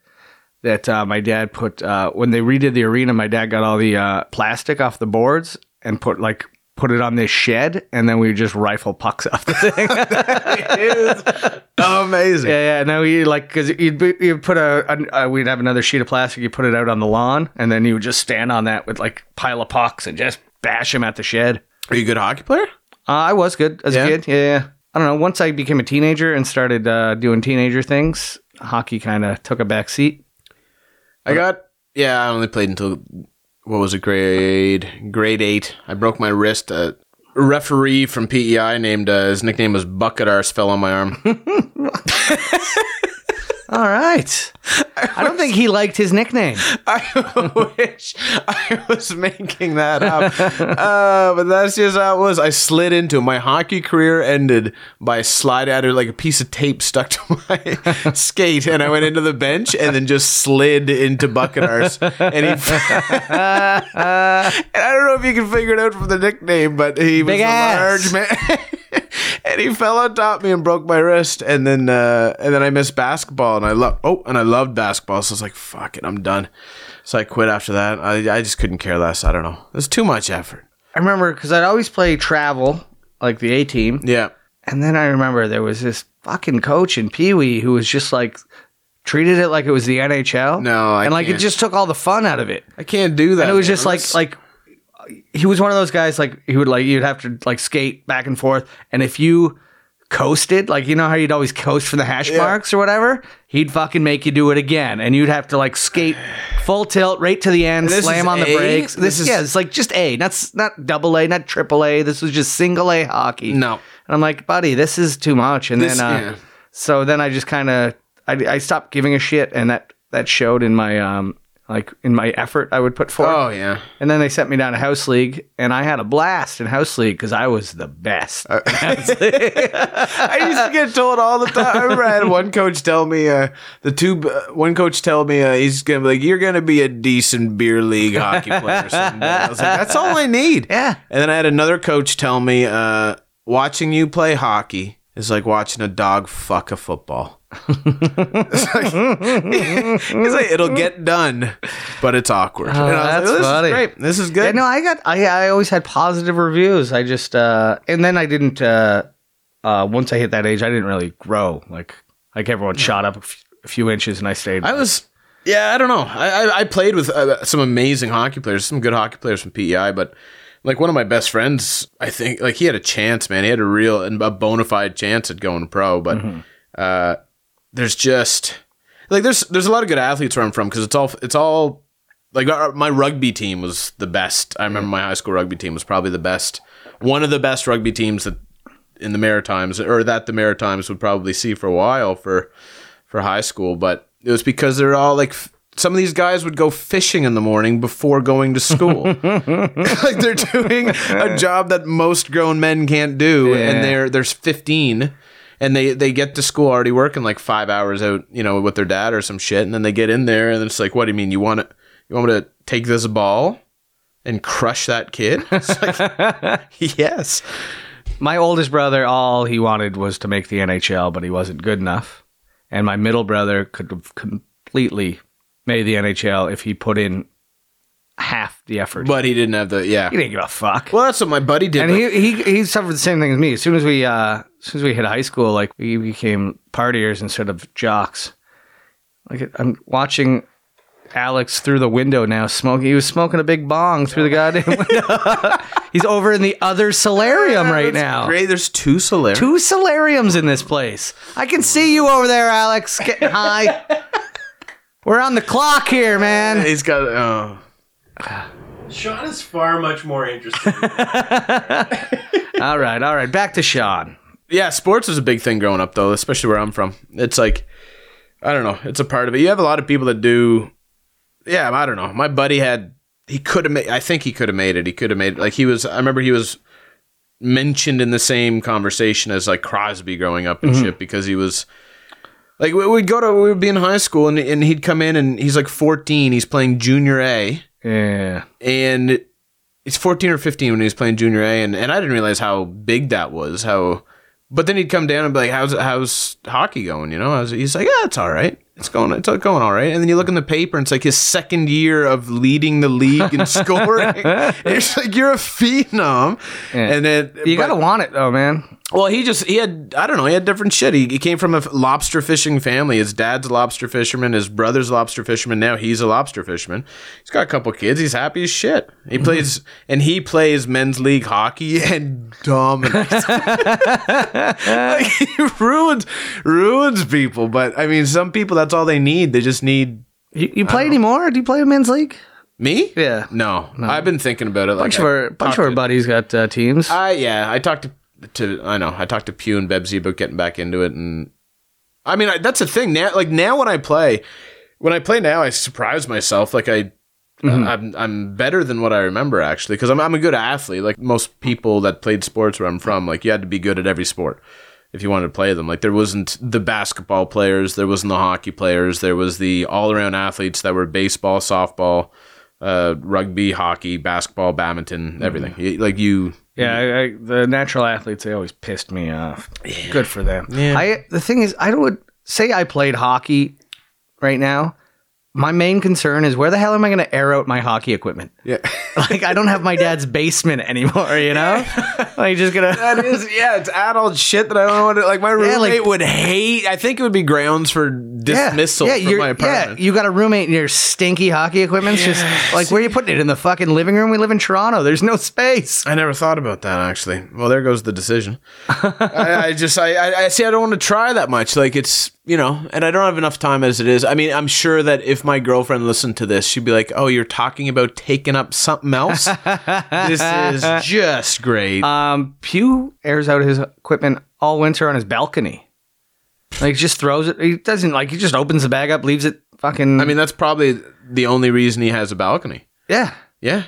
Speaker 2: that uh, my dad put uh, when they redid the arena. My dad got all the uh, plastic off the boards and put like put it on this shed, and then we would just rifle pucks off the thing.
Speaker 3: Amazing.
Speaker 2: Yeah, yeah. No, you like because you'd be, you'd put a, an- uh we'd have another sheet of plastic. You put it out on the lawn, and then you would just stand on that with like pile of pucks and just bash them at the shed.
Speaker 3: Are you a good hockey player?
Speaker 2: Uh, I was good as
Speaker 3: Yeah?
Speaker 2: a kid. Yeah, yeah. I don't know. Once I became a teenager and started uh, doing teenager things, hockey kind of took a back seat.
Speaker 3: I got yeah. I only played until what was it? Grade grade eight. I broke my wrist. A referee from PEI named uh, his nickname was Bucket Arse. Fell on my arm.
Speaker 2: All right. I don't think he liked his nickname.
Speaker 3: I wish I was making that up. Uh, but that's just how it was. I slid into it. my hockey career ended by a slide out of like a piece of tape stuck to my skate, and I went into the bench and then just slid into bucket arse. And he, and I don't know if you can figure it out from the nickname, but he was
Speaker 2: Big
Speaker 3: a
Speaker 2: ass.
Speaker 3: large man. And he fell on top of me and broke my wrist, and then uh, and then I missed basketball, and I love oh, and I loved basketball, so I was like, "Fuck it, I'm done." So I quit after that. I, I just couldn't care less. I don't know. It was too much effort.
Speaker 2: I remember because I'd always play travel, like the A team.
Speaker 3: Yeah.
Speaker 2: And then I remember there was this fucking coach in Pee Wee who was just like treated it like it was the NHL.
Speaker 3: No, I
Speaker 2: and like
Speaker 3: can't.
Speaker 2: it just took all the fun out of it.
Speaker 3: I can't do that.
Speaker 2: And it was just
Speaker 3: man.
Speaker 2: like
Speaker 3: It's-
Speaker 2: like he was one of those guys like he would like you'd have to like skate back and forth, and if you coasted like you know how you'd always coast for the hash marks or whatever he'd fucking make you do it again and you'd have to like skate full tilt right to the end
Speaker 3: this is
Speaker 2: slam on the
Speaker 3: A?
Speaker 2: brakes
Speaker 3: This
Speaker 2: this,
Speaker 3: is-
Speaker 2: yeah it's like just a not s- not double a not triple a this was just single a hockey
Speaker 3: no.
Speaker 2: and I'm like, buddy, this is too much. And
Speaker 3: This-
Speaker 2: then, uh,
Speaker 3: yeah.
Speaker 2: so then I just kind of, I, I stopped giving a shit, and that that showed in my um like in my effort I would put forth.
Speaker 3: Oh yeah.
Speaker 2: And then they sent me down to house league, and I had a blast in house league because I was the best.
Speaker 3: Uh, I used to get told all the time. I remember I had one coach tell me, uh, the two, uh, one coach tell me, uh, he's going to be like, you're going to be a decent beer league hockey player someday. I was like, that's all I need.
Speaker 2: Yeah.
Speaker 3: And then I had another coach tell me, uh, watching you play hockey is like watching a dog fuck a football. it's like, it's like, it'll get done, but it's awkward. and I
Speaker 2: that's
Speaker 3: was like, this
Speaker 2: funny.
Speaker 3: is great. This is good.
Speaker 2: Yeah, no, I got I, I always had positive reviews. I just uh and then I didn't uh uh once I hit that age I didn't really grow like like
Speaker 3: Mm.
Speaker 2: everyone shot up a f- a few inches and I stayed.
Speaker 3: I was, yeah, I don't know. I, I, I played with uh, some amazing hockey players, some good hockey players from PEI, but like one of my best friends, I think, like he had a chance, man. He had a real and a bona fide chance at going pro, but uh, there's just like there's there's a lot of good athletes where I'm from because it's all it's all like our, my rugby team was the best. I remember my high school rugby team was probably the best, one of the best rugby teams that in the Maritimes or that the Maritimes would probably see for a while for for high school, but it was because they're all like f- some of these guys would go fishing in the morning before going to school. like they're doing a job that most grown men can't do
Speaker 2: Yeah.
Speaker 3: and they're there's 15 and they they get to school already working like 5 hours out, you know, with their dad or some shit and then they get in there and it's like what do you mean you want to you want me to take this ball and crush that kid? It's like yes.
Speaker 2: my oldest brother, all he wanted was to make the NHL, but he wasn't good enough. And my middle brother could have completely made the NHL if he put in half the effort.
Speaker 3: But he didn't have the yeah.
Speaker 2: he didn't give a fuck.
Speaker 3: Well, that's what my buddy did.
Speaker 2: and
Speaker 3: but-
Speaker 2: he, he he suffered the same thing as me. As soon as we uh, as soon as we hit high school, like we became partiers instead of jocks. Like I'm watching Alex through the window now smoking. He was smoking a big bong through the goddamn window. He's over in the other solarium right
Speaker 3: That's
Speaker 2: now.
Speaker 3: Great. There's two Solaris.
Speaker 2: two solariums in this place. I can see you over there, Alex, getting high. We're on the clock here, man.
Speaker 3: He's got. Oh.
Speaker 4: Sean is far much more interested.
Speaker 2: All right, all right. Back to Sean.
Speaker 3: Yeah, sports was a big thing growing up though, especially where I'm from. It's like, I don't know, it's a part of it. You have a lot of people that do. Yeah, I don't know. My buddy had. He could have made. I think he could have made it. He could have made it. Like he was. I remember he was mentioned in the same conversation as like Crosby growing up and shit because he was. Like we- we'd go to we would be in high school and and he'd come in and he's like 14. He's playing junior A.
Speaker 2: Yeah.
Speaker 3: and he's 14 or 15 when he was playing junior A, and, and I didn't realize how big that was. How, but then he'd come down and be like, "How's how's hockey going?" You know, I was, he's like, "Yeah, it's all right." it's going it's going all right. And then you look in the paper and it's like his second year of leading the league and scoring. it's like you're a phenom.
Speaker 2: Yeah.
Speaker 3: And then
Speaker 2: You
Speaker 3: but-
Speaker 2: gotta want it though, man.
Speaker 3: well, he just he had I don't know he had different shit. He, he came from a f- lobster fishing family. His dad's a lobster fisherman. His brother's a lobster fisherman. Now he's a lobster fisherman. He's got a couple kids. He's happy as shit.
Speaker 2: Mhm.
Speaker 3: He plays and he plays men's league hockey and dominates. like, he ruins ruins people. But I mean, some people that's all they need. They just need
Speaker 2: You, you play anymore? Do you play in men's league?
Speaker 3: me.
Speaker 2: Yeah.
Speaker 3: No, I've been thinking about it. Like
Speaker 2: Bunch
Speaker 3: I
Speaker 2: of our bunch
Speaker 3: talked
Speaker 2: of our
Speaker 3: to-
Speaker 2: buddies got uh, teams.
Speaker 3: I yeah, I talked to to I know I talked to Pew and Bebsy about getting back into it, and I mean I, that's the thing now. Like now when I play, when I play now, I surprise myself. Like I. uh, I'm I'm better than what I remember actually because I'm I'm a good athlete like most people that played sports where I'm from like you had to be good at every sport if you wanted to play them like there wasn't the basketball players there wasn't the hockey players there was the all around athletes that were baseball softball uh, rugby hockey basketball badminton everything You- like you
Speaker 2: yeah, I, I, the natural athletes they always pissed me off. Good for them.
Speaker 3: Yeah.
Speaker 2: I the thing is, I would say I played hockey right now. My main concern is where the hell am I going to air out my hockey equipment?
Speaker 3: Yeah.
Speaker 2: Like I don't have my dad's basement anymore, you know? Like just gonna
Speaker 3: That is, yeah, it's adult shit that I don't want to. Like, my
Speaker 2: Yeah,
Speaker 3: roommate
Speaker 2: like-
Speaker 3: would hate. I think it would be grounds for dismissal from
Speaker 2: you're-
Speaker 3: my apartment.
Speaker 2: Yeah, you got a roommate and your stinky hockey equipment's just like where are you putting it in the fucking living room? We live in Toronto. There's no space.
Speaker 3: I never thought about that actually. Well, there goes the decision. I, I just, I, I, I see. I don't want to try that much. Like it's, you know, and I don't have enough time as it is. I mean, I'm sure that if my girlfriend listened to this, she'd be like, "Oh, you're talking about taking up something else. this is just great."
Speaker 2: Um, Pew airs out his equipment all winter on his balcony. Like he just throws it. He doesn't like he just opens the bag up, leaves it fucking
Speaker 3: I mean, that's probably the only reason he has a balcony.
Speaker 2: Yeah.
Speaker 3: Yeah,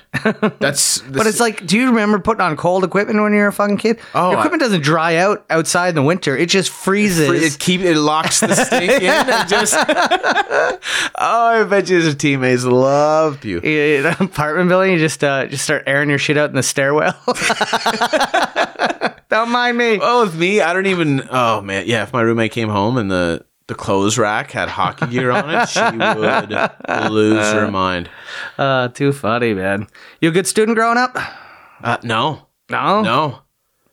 Speaker 3: that's.
Speaker 2: But it's like, do you remember putting on cold equipment when you were a fucking kid?
Speaker 3: Oh,
Speaker 2: Your equipment doesn't dry out outside in the winter. It just freezes.
Speaker 3: It keep it locks the stink in and just. oh, I bet you his teammates love you.
Speaker 2: in an apartment building, you just uh, just start airing your shit out in the stairwell. Don't mind me.
Speaker 3: Well, with me, I don't even. Oh man, yeah. If my roommate came home and the the clothes rack had hockey gear on it, she would lose her mind.
Speaker 2: Uh, too funny, man. You a good student growing up?
Speaker 3: Uh, no,
Speaker 2: No,
Speaker 3: no.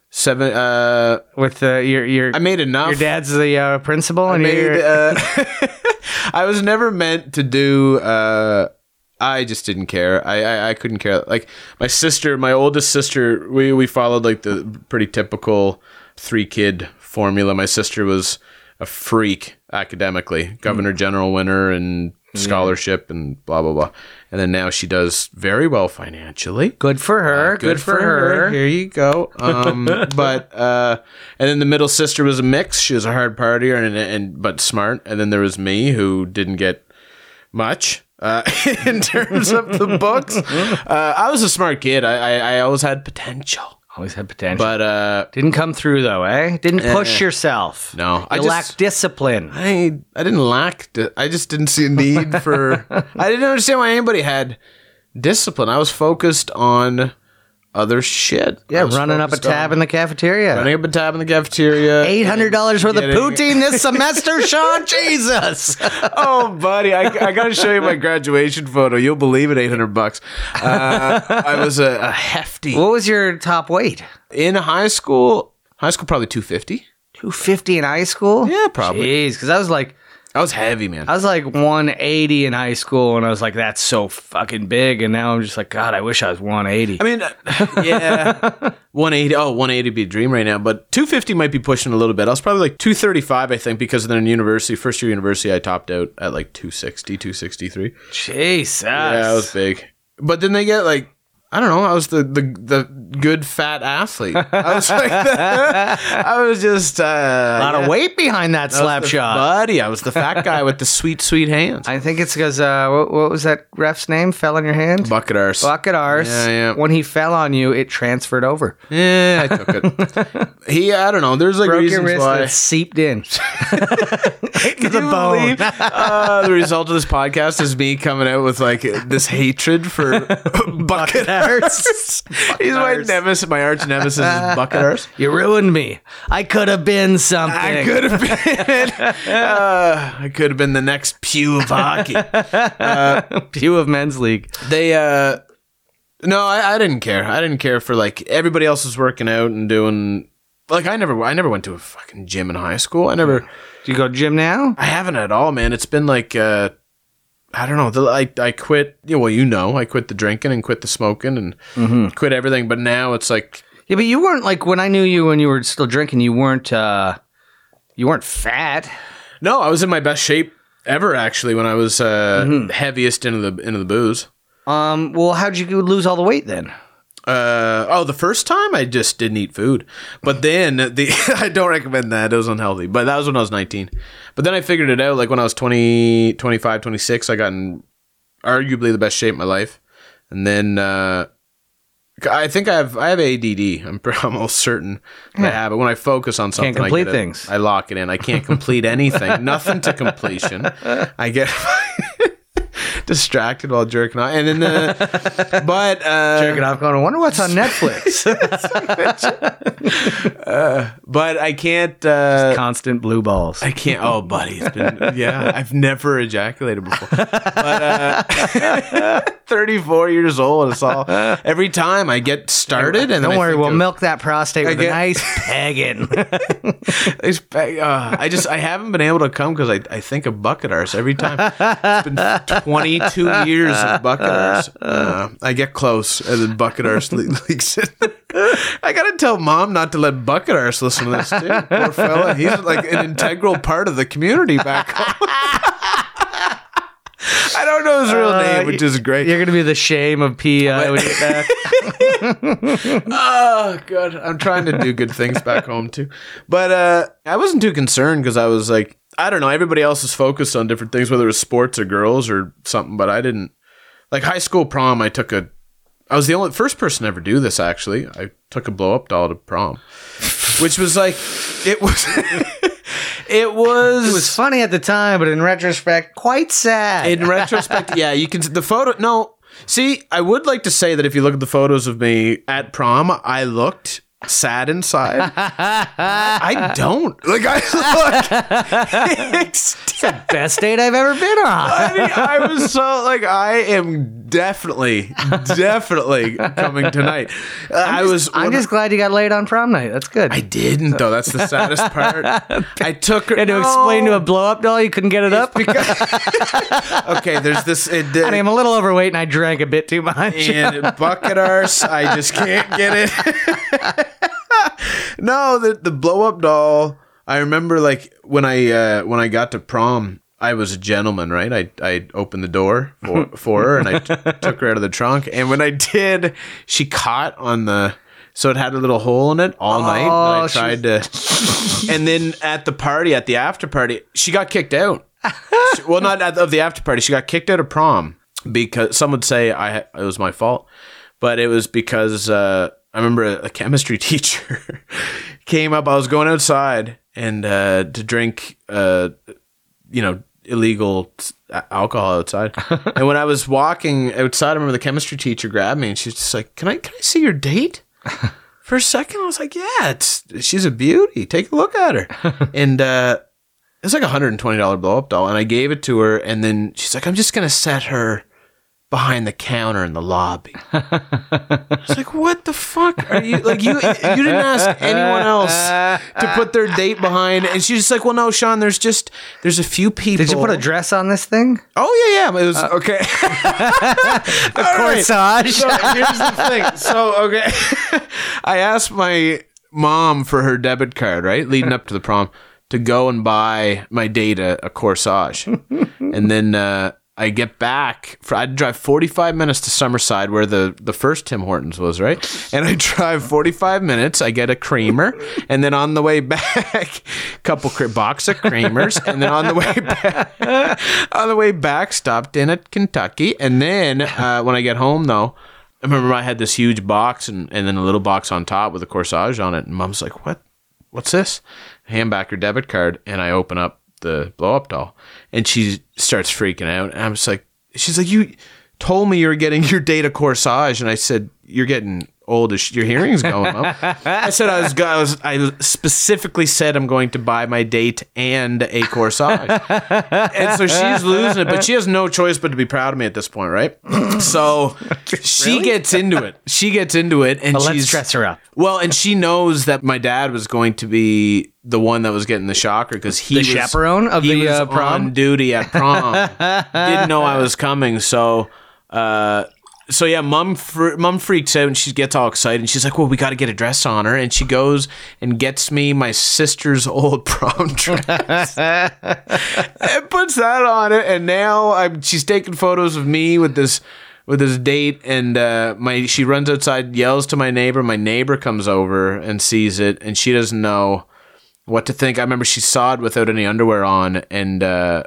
Speaker 3: Seven. Uh,
Speaker 2: With uh, your your
Speaker 3: I made enough.
Speaker 2: your dad's the uh, principal, and
Speaker 3: made,
Speaker 2: you're
Speaker 3: uh, I was never meant to do. Uh, I just didn't care. I, I I couldn't care. Like my sister, my oldest sister, we we followed like the pretty typical three kid formula. My sister was a freak academically, governor general winner and scholarship and blah blah blah. And then now she does very well financially.
Speaker 2: good for her.
Speaker 3: Uh,
Speaker 2: good, for, her.
Speaker 3: Here you go. Um, but uh, and then the middle sister was a mix. She was a hard partier and, and but smart. And then there was me who didn't get much uh, in terms of the books. Uh, I was a smart kid. I, I, I always had potential,
Speaker 2: Always had potential.
Speaker 3: but uh,
Speaker 2: Didn't come through though, eh? Didn't push yourself.
Speaker 3: No,
Speaker 2: you
Speaker 3: I just-
Speaker 2: lacked discipline.
Speaker 3: I I didn't lack. di- I just didn't see a need for. I didn't understand why anybody had discipline. I was focused on other shit. I
Speaker 2: Yeah,
Speaker 3: was
Speaker 2: running up a
Speaker 3: focused on-
Speaker 2: tab in the cafeteria.
Speaker 3: Running up a tab in the cafeteria.
Speaker 2: Eight hundred dollars worth
Speaker 3: Getting-
Speaker 2: of poutine this semester, Sean. Jesus.
Speaker 3: oh, buddy, I, I got to show you my graduation photo. You'll believe it. Eight hundred bucks. Uh, I was a, a hefty
Speaker 2: What was your top weight?
Speaker 3: in high school. High school, probably two fifty.
Speaker 2: Two fifty in high school.
Speaker 3: Yeah, probably.
Speaker 2: Jeez, because I was like,
Speaker 3: I was heavy, man.
Speaker 2: I was like one eighty in high school, and I was like, that's so fucking big. And now I'm just like, God, I wish I was one eighty.
Speaker 3: I mean, uh, yeah, 180. Oh, 180 would be a dream right now, but 250 might be pushing a little bit. I was probably like 235, I think, because then in university, first year university, I topped out at like 260, 263.
Speaker 2: Jesus.
Speaker 3: Yeah, I was big. But then they get like I don't know. I was the the, the good fat athlete. I was like I was just uh,
Speaker 2: a lot of weight behind that slap shot.
Speaker 3: buddy. I was the fat guy with the sweet sweet hands.
Speaker 2: I think it's because uh, what, what was that ref's name? Fell on your hand.
Speaker 3: Bucket arse.
Speaker 2: Bucket arse.
Speaker 3: Yeah, yeah.
Speaker 2: When he fell on you, it transferred over.
Speaker 3: yeah, I took it. he, I don't know. There's like
Speaker 2: Broke your
Speaker 3: reasons
Speaker 2: wrist.
Speaker 3: why.
Speaker 2: and It seeped in. to the
Speaker 3: Can you
Speaker 2: bone.
Speaker 3: believe, uh, the result of this podcast is me coming out with like this hatred for bucket arse. He's my
Speaker 2: Buckethearts.
Speaker 3: nemesis, my arch nemesis is Buckethearts.
Speaker 2: you ruined me. I could have been something.
Speaker 3: I could have been. uh, I could have been the next pew of hockey.
Speaker 2: Few of men's league.
Speaker 3: they uh no I, I didn't care i didn't care for like everybody else was working out and doing like i never i never went to a fucking gym in high school i never
Speaker 2: Do you go to gym now?
Speaker 3: i haven't at all man it's been like uh i don't know the, I, I quit yeah, well you know i quit the drinking and quit the smoking and quit everything but now it's like
Speaker 2: Yeah, but you weren't like when I knew you when you were still drinking. You weren't. uh You weren't fat.
Speaker 3: no i was in my best shape ever actually when i was uh heaviest into the into the booze
Speaker 2: Um. Well, how'd you lose all the weight then?
Speaker 3: Uh, oh, the first time I just didn't eat food, but then the I don't recommend that; it was unhealthy. But that was when I was 19. But then I figured it out. Like when I was 20, 25, 26, I got in arguably the best shape of my life, and then uh, I think I have I have ADD. I'm pr- almost certain that I have it. When I focus on something, I
Speaker 2: complete
Speaker 3: get it.
Speaker 2: things.
Speaker 3: I lock it in. I can't complete anything. Nothing to completion. I get. distracted while jerking off and then uh, but uh
Speaker 2: Jerking off, going. I wonder what's on Netflix.
Speaker 3: Uh, but I can't. Uh,
Speaker 2: Constant blue balls.
Speaker 3: I can't. Oh, buddy, it's been, yeah, I've never ejaculated before. But uh, 34 years old, it's all. Every time I get started, and then
Speaker 2: Don't
Speaker 3: I
Speaker 2: worry,
Speaker 3: think
Speaker 2: we'll
Speaker 3: of-
Speaker 2: milk that prostate with
Speaker 3: get-
Speaker 2: a nice pegging.
Speaker 3: It's, uh, I just I haven't been able to come because I, I think of bucket arse every time. It's been 22 years of bucket arse. Uh, I get close and then bucket arse le- leaks in. I gotta tell mom not to let bucket arse listen to this too. Poor fella, he's like an integral part of the community back home. I don't know his real
Speaker 2: Uh,
Speaker 3: name, which is great.
Speaker 2: You're gonna be the shame of PI when you get back.
Speaker 3: Oh god, I'm trying to do good things back home too. But uh I wasn't too concerned because I was like, I don't know, everybody else is focused on different things, whether it was sports or girls or something. But I didn't like high school prom. I took a, I was the only first person to ever do this actually. I took a blow up doll to prom, which was like, it was, it was,
Speaker 2: It was funny at the time, but in retrospect, quite sad.
Speaker 3: in retrospect, yeah, you can. The photo, no. See, I would like to say that if you look at the photos of me at prom, I looked sad inside. I don't. Like, I look. ecstatic.
Speaker 2: Best date I've ever been on.
Speaker 3: I mean, I was so, like, I am definitely, definitely coming tonight. Uh, I was.
Speaker 2: I'm just glad you got laid on prom night. That's good.
Speaker 3: I didn't, though. That's the saddest part. I took her.
Speaker 2: had to explain to
Speaker 3: No.
Speaker 2: a blow up doll you couldn't get it up.
Speaker 3: Okay, there's this. It,
Speaker 2: I mean, I'm a little overweight and I drank a bit too much.
Speaker 3: and bucket arse. I just can't get it. no, the the blow up doll. I remember like when I uh, when I got to prom, I was a gentleman, right? I I opened the door for, for her and I t- took her out of the trunk. And when I did, she caught on the. So it had a little hole in it all night. And I
Speaker 2: Oh, she
Speaker 3: tried to, and then at the party, at the after party, she got kicked out she- well, not at, of the after party. She got kicked out of prom because some would say I it was my fault, but it was because uh, I remember a, a chemistry teacher came up. I was going outside and uh, to drink, uh, you know, illegal s- a- alcohol outside. and when I was walking outside, I remember the chemistry teacher grabbed me and she's just like, "Can I can I see your date?" For a second, I was like, "Yeah, it's she's a beauty. Take a look at her." and uh, it was like a hundred and twenty dollar blow up doll, and I gave it to her, and then she's like, "I'm just gonna set her behind the counter in the lobby." I was like, "What the fuck are you like? You you didn't ask anyone else to put their date behind?" And she's just like, "Well, no, Sean. There's just there's a few people."
Speaker 2: Did you put a Uh, dress on this thing?
Speaker 3: Oh yeah, yeah. It was okay. All right.
Speaker 2: Corsage.
Speaker 3: So here's the thing. So okay, I asked my mom for her debit card, right, leading up to the prom, to go and buy my date a, a corsage, and then uh, I get back. For, I drive 45 minutes to Summerside, where the the first Tim Hortons was, right, and I drive 45 minutes. I get a creamer, and then on the way back, couple cre- box of creamers, and then on the way back on the way back, stopped in at Kentucky, and then uh, when I get home though, I remember I had this huge box and, and then a little box on top with a corsage on it, and Mom's like, "What? What's this?" I hand back her debit card, and I open up the blow up doll, and she starts freaking out, and I'm just like, "She's like, you." Told me you were getting your data corsage, and I said you're getting old as sh- your hearing's going up. I said I was, go- I was. I specifically said I'm going to buy my date and a corsage, and so she's losing it, but she has no choice but to be proud of me at this point, right? So she gets into it. She gets into it, and
Speaker 2: But let's
Speaker 3: she's
Speaker 2: dress her up.
Speaker 3: Well, and she knows that my dad was going to be the one that was getting the shocker because he
Speaker 2: The
Speaker 3: was,
Speaker 2: chaperone of
Speaker 3: he
Speaker 2: the,
Speaker 3: was
Speaker 2: uh, prom?
Speaker 3: on duty at prom. Didn't know I was coming, so. Uh, so yeah, mom fr- mom freaks out and she gets all excited and she's like, "Well, we got to get a dress on her." And she goes and gets me my sister's old prom dress and puts that on it. And now I'm she's taking photos of me with this with this date and uh, my she runs outside, yells to my neighbor. My neighbor comes over and sees it, and she doesn't know what to think. I remember she saw it without any underwear on, and. Uh,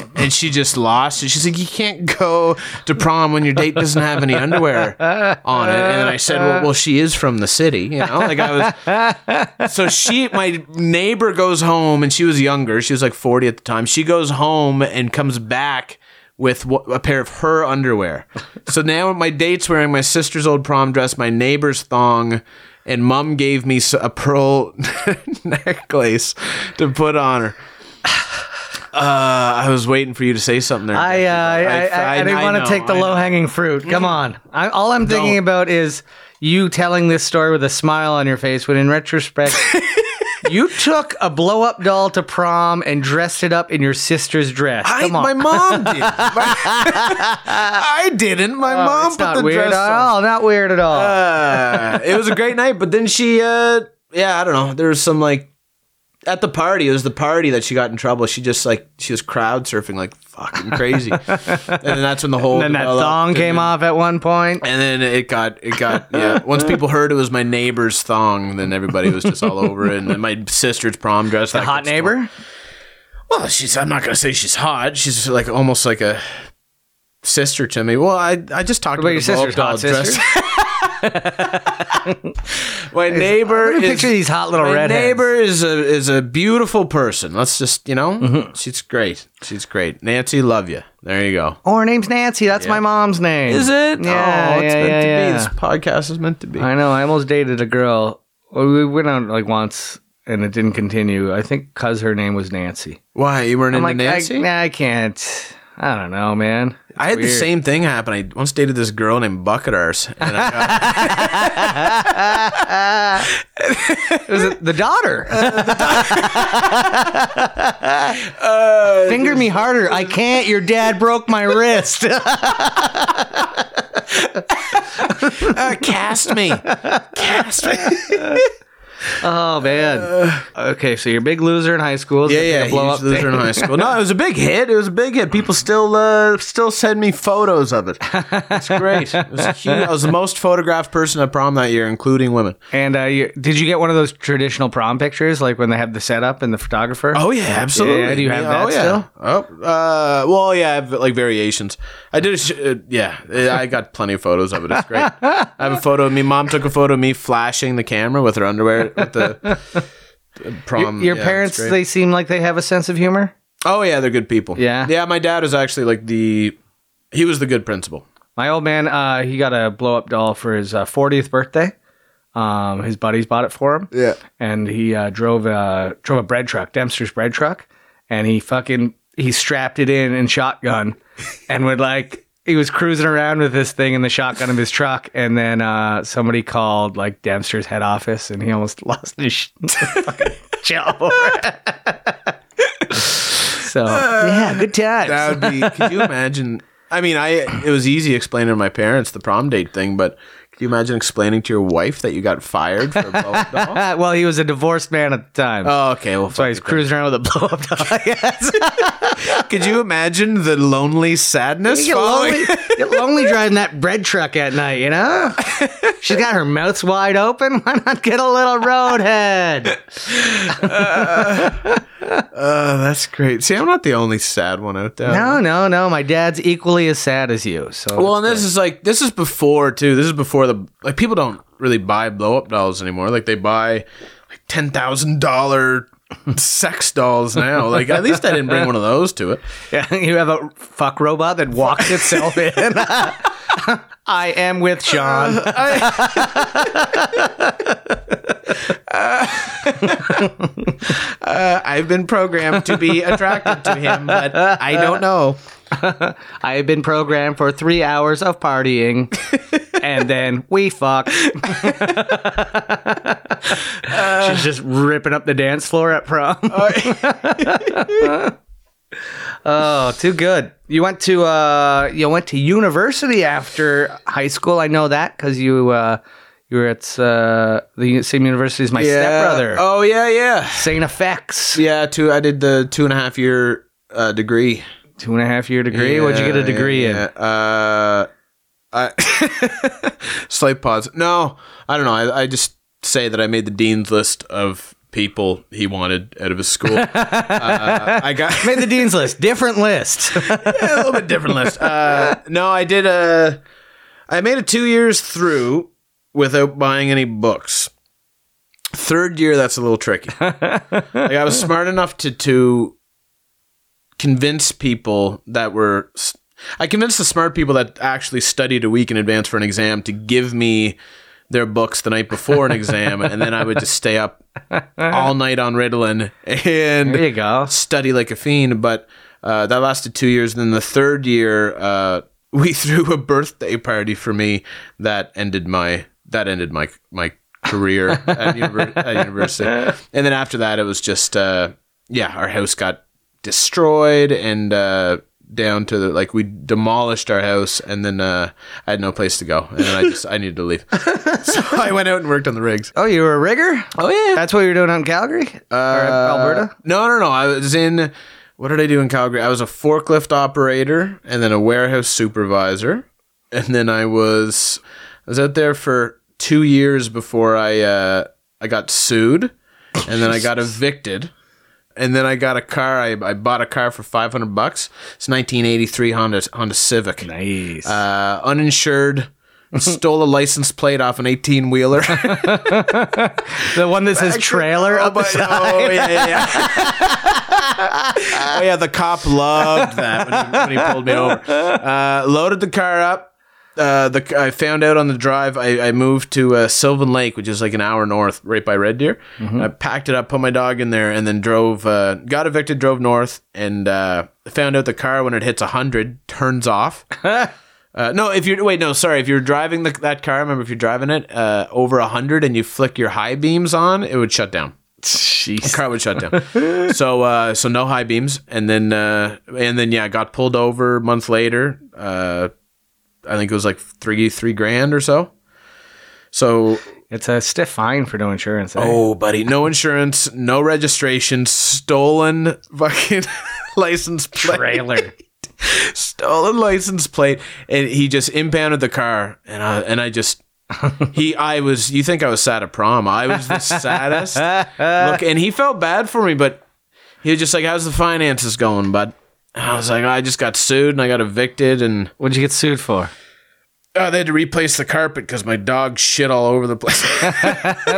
Speaker 3: and she just lost it. She's like, "You can't go to prom when your date doesn't have any underwear on it." And then I said, "Well, well she is from the city, you know." Like I was. So she, my neighbor, goes home, and she was younger. She was like forty at the time. She goes home and comes back with wha- a pair of her underwear. So now my date's wearing my sister's old prom dress, my neighbor's thong. And mom gave me s- a pearl necklace to put on her. Uh, I was waiting for you to say something there.
Speaker 2: I, uh, I, I, I, didn't want
Speaker 3: know,
Speaker 2: to take the low
Speaker 3: I know. Mm-hmm.
Speaker 2: hanging fruit. Come on. I, all I'm thinking about is you telling this story with a smile on your face when, in retrospect, you took a blow up doll to prom and dressed it up in your sister's dress.
Speaker 3: I,
Speaker 2: Come on.
Speaker 3: my mom did. I didn't. My
Speaker 2: Oh,
Speaker 3: mom
Speaker 2: it's
Speaker 3: put
Speaker 2: not
Speaker 3: the
Speaker 2: weird
Speaker 3: dress
Speaker 2: at
Speaker 3: on.
Speaker 2: all. Not weird at all.
Speaker 3: Uh, it was a great night, but then she, uh, yeah, I don't know. There was some like at the party. It was the party that she got in trouble. She just like she was crowd surfing like fucking crazy, and then that's when the whole
Speaker 2: and that
Speaker 3: developed,
Speaker 2: thong
Speaker 3: and
Speaker 2: came
Speaker 3: then-
Speaker 2: off at one point.
Speaker 3: And then it got it got yeah. Once people heard it was my neighbor's thong, then everybody was just all over it. And then my sister's prom dress. that
Speaker 2: Hot
Speaker 3: gets thrown-
Speaker 2: neighbor?
Speaker 3: Well, she's. I'm not gonna say she's hot. She's like almost like a sister to me. Well, I I just talked
Speaker 2: What
Speaker 3: about
Speaker 2: about your sister's hot sister?
Speaker 3: my neighbor
Speaker 2: Let me
Speaker 3: is.
Speaker 2: picture these hot little
Speaker 3: my
Speaker 2: redheads.
Speaker 3: neighbor is a is a beautiful person. Let's just you know,
Speaker 2: Mm-hmm.
Speaker 3: she's great. She's great. Nancy, love you. There you go.
Speaker 2: Oh, her name's Nancy. That's my mom's name.
Speaker 3: Is it?
Speaker 2: Yeah,
Speaker 3: oh, it's
Speaker 2: yeah,
Speaker 3: meant
Speaker 2: yeah,
Speaker 3: to
Speaker 2: yeah.
Speaker 3: be. This podcast is meant to be.
Speaker 2: I know. I almost dated a girl. We went out like once, and it didn't continue. I think because her name was Nancy.
Speaker 3: Why you weren't
Speaker 2: I'm
Speaker 3: into
Speaker 2: like,
Speaker 3: Nancy?
Speaker 2: I, nah, I can't. I don't know, man.
Speaker 3: I had the
Speaker 2: weird.
Speaker 3: same thing happen. I once dated this girl named Bucket Arse. And I got,
Speaker 2: It was the daughter. Finger me harder. I can't. Your dad broke my wrist.
Speaker 3: uh, cast me. Cast me.
Speaker 2: oh man. Okay, so you're a big loser in high school.
Speaker 3: Yeah,
Speaker 2: It's like
Speaker 3: yeah.
Speaker 2: a blow
Speaker 3: huge
Speaker 2: up
Speaker 3: loser
Speaker 2: thing.
Speaker 3: in high school. No, it was a big hit. It was a big hit. People still uh, still send me photos of it. It's great. It was huge. I was the most photographed person at prom that year, including women.
Speaker 2: And uh, you, did you get one of those traditional prom pictures, like when they have the setup and the photographer?
Speaker 3: Oh yeah, absolutely.
Speaker 2: Yeah, do you have
Speaker 3: oh,
Speaker 2: that
Speaker 3: yeah.
Speaker 2: still?
Speaker 3: Oh, uh, well, yeah, I have like variations. I did, a sh- uh, yeah. uh, I got plenty of photos of it. It's great. I have a photo of me. Mom took a photo of me flashing the camera with her underwear with the the prom.
Speaker 2: Your
Speaker 3: Um, yeah, it's
Speaker 2: parents,
Speaker 3: great.
Speaker 2: they seem like they have a sense of humor.
Speaker 3: oh yeah, they're good people.
Speaker 2: Yeah.
Speaker 3: yeah. My dad was actually like the, he was the good principal.
Speaker 2: My old man, uh, he got a blow up doll for his uh, 40th birthday. Um, his buddies bought it for him.
Speaker 3: Yeah.
Speaker 2: And he uh, drove a drove a bread truck, Dempster's bread truck, and he fucking he strapped it in and shotgun, and would like he was cruising around with this thing in the shotgun of his truck, and then uh, somebody called like Dempster's head office, and he almost lost his sh- fucking job. over it. so yeah, good times.
Speaker 3: Uh, That would be. could you imagine? I mean, I it was easy explaining to my parents the prom date thing, but could you imagine explaining to your wife that you got fired for a blow up doll?
Speaker 2: Uh, well, he was a divorced man at the time.
Speaker 3: Oh, okay. Well,
Speaker 2: So he's cruising around with a blow up doll. I guess.
Speaker 3: Could you imagine the lonely sadness?
Speaker 2: You get lonely, get lonely driving that bread truck at night, you know? She's got her mouth's wide open. Why not get a little roadhead?
Speaker 3: Oh, that's great. See, I'm not the only sad one out there.
Speaker 2: No, no, no. My dad's equally as sad as you. So
Speaker 3: Well, and this is like this is before too. This is before the like people don't really buy blow up dolls anymore. Like they buy like ten thousand dollar sex dolls now. Like at least I didn't bring one of those to it.
Speaker 2: yeah, you have a fuck robot that walks itself in. I am with Sean.
Speaker 3: I've been programmed to be attracted to him, but I don't know.
Speaker 2: I have been programmed for three hours of partying, and then we fuck. She's just ripping up the dance floor at prom. oh, too good. You went to uh, you went to university after high school. I know that because you uh, you were at uh, the same university as my stepbrother.
Speaker 3: Oh yeah, yeah,
Speaker 2: Saint Effects,
Speaker 3: yeah. Two. I did the two and a half year uh, degree.
Speaker 2: two and a half year degree. What'd you get a
Speaker 3: Yeah,
Speaker 2: degree in?
Speaker 3: yeah, yeah. Uh, I slight pause. No, I don't know. I, I just say that I made the dean's list of people he wanted out of his school. uh, I got
Speaker 2: Made the dean's list. Different list.
Speaker 3: a little bit different list. Uh, no, I did a. I made it two years through without buying any books. Third year, that's a little tricky. like I was smart enough to to convince people that were. s- I convinced the smart people that actually studied a week in advance for an exam to give me their books the night before an exam, and then I would just stay up all night on Ritalin and
Speaker 2: there you go.
Speaker 3: study like a fiend, but uh, that lasted two years. And then the third year, uh, we threw a birthday party for me that ended my that ended my my career at, univer- at university. And then after that, it was just uh, yeah, our house got destroyed and uh, down to the like we demolished our house, and then uh, I had no place to go, and then I just I needed to leave, so I went out and worked on the rigs.
Speaker 2: Oh, you were a rigger?
Speaker 3: Oh yeah,
Speaker 2: That's what you were doing out in Calgary? Uh, Alberta?
Speaker 3: No, no, no. I was in. What did I do in Calgary? I was a forklift operator and then a warehouse supervisor, and then I was I was out there for two years before I uh, I got sued, and then I got evicted, and then I got a car. I, I bought a car for five hundred bucks. It's nineteen eighty three Honda Honda Civic.
Speaker 2: Nice.
Speaker 3: Uh, uninsured. Stole a license plate off an eighteen wheeler.
Speaker 2: the one that says trailer up
Speaker 3: But- Oh yeah, yeah, yeah. oh yeah, the cop loved that when he, when he pulled me over. Uh, loaded the car up. Uh, the I found out on the drive. I, I moved to uh, Sylvan Lake, which is like an hour north, right by Red Deer. I packed it up, put my dog in there, and then drove. Uh, got evicted, drove north, and uh, found out the car when it hits hundred turns off. Uh, no, if you're wait, no, sorry. If you're driving the, that car, remember if you're driving it uh, over hundred and you flick your high beams on, it would shut down. The
Speaker 2: Jeez.
Speaker 3: car would shut down. so uh, so no high beams, and then uh, and then yeah, got pulled over a month later. Uh, I think it was like three three grand or so. So
Speaker 2: It's a stiff fine for no insurance. eh?
Speaker 3: oh, buddy, no insurance, no registration, stolen fucking license plate
Speaker 2: Trailer.
Speaker 3: stolen license plate and he just impounded the car and I and I just he I was you think I was sad at prom. I was the saddest. Look and he felt bad for me, but he was just like, How's the finances going, bud? And I was like, I just got sued and I got evicted and
Speaker 2: What'd you get sued for?
Speaker 3: oh, they had to replace the carpet because my dog shit all over the place.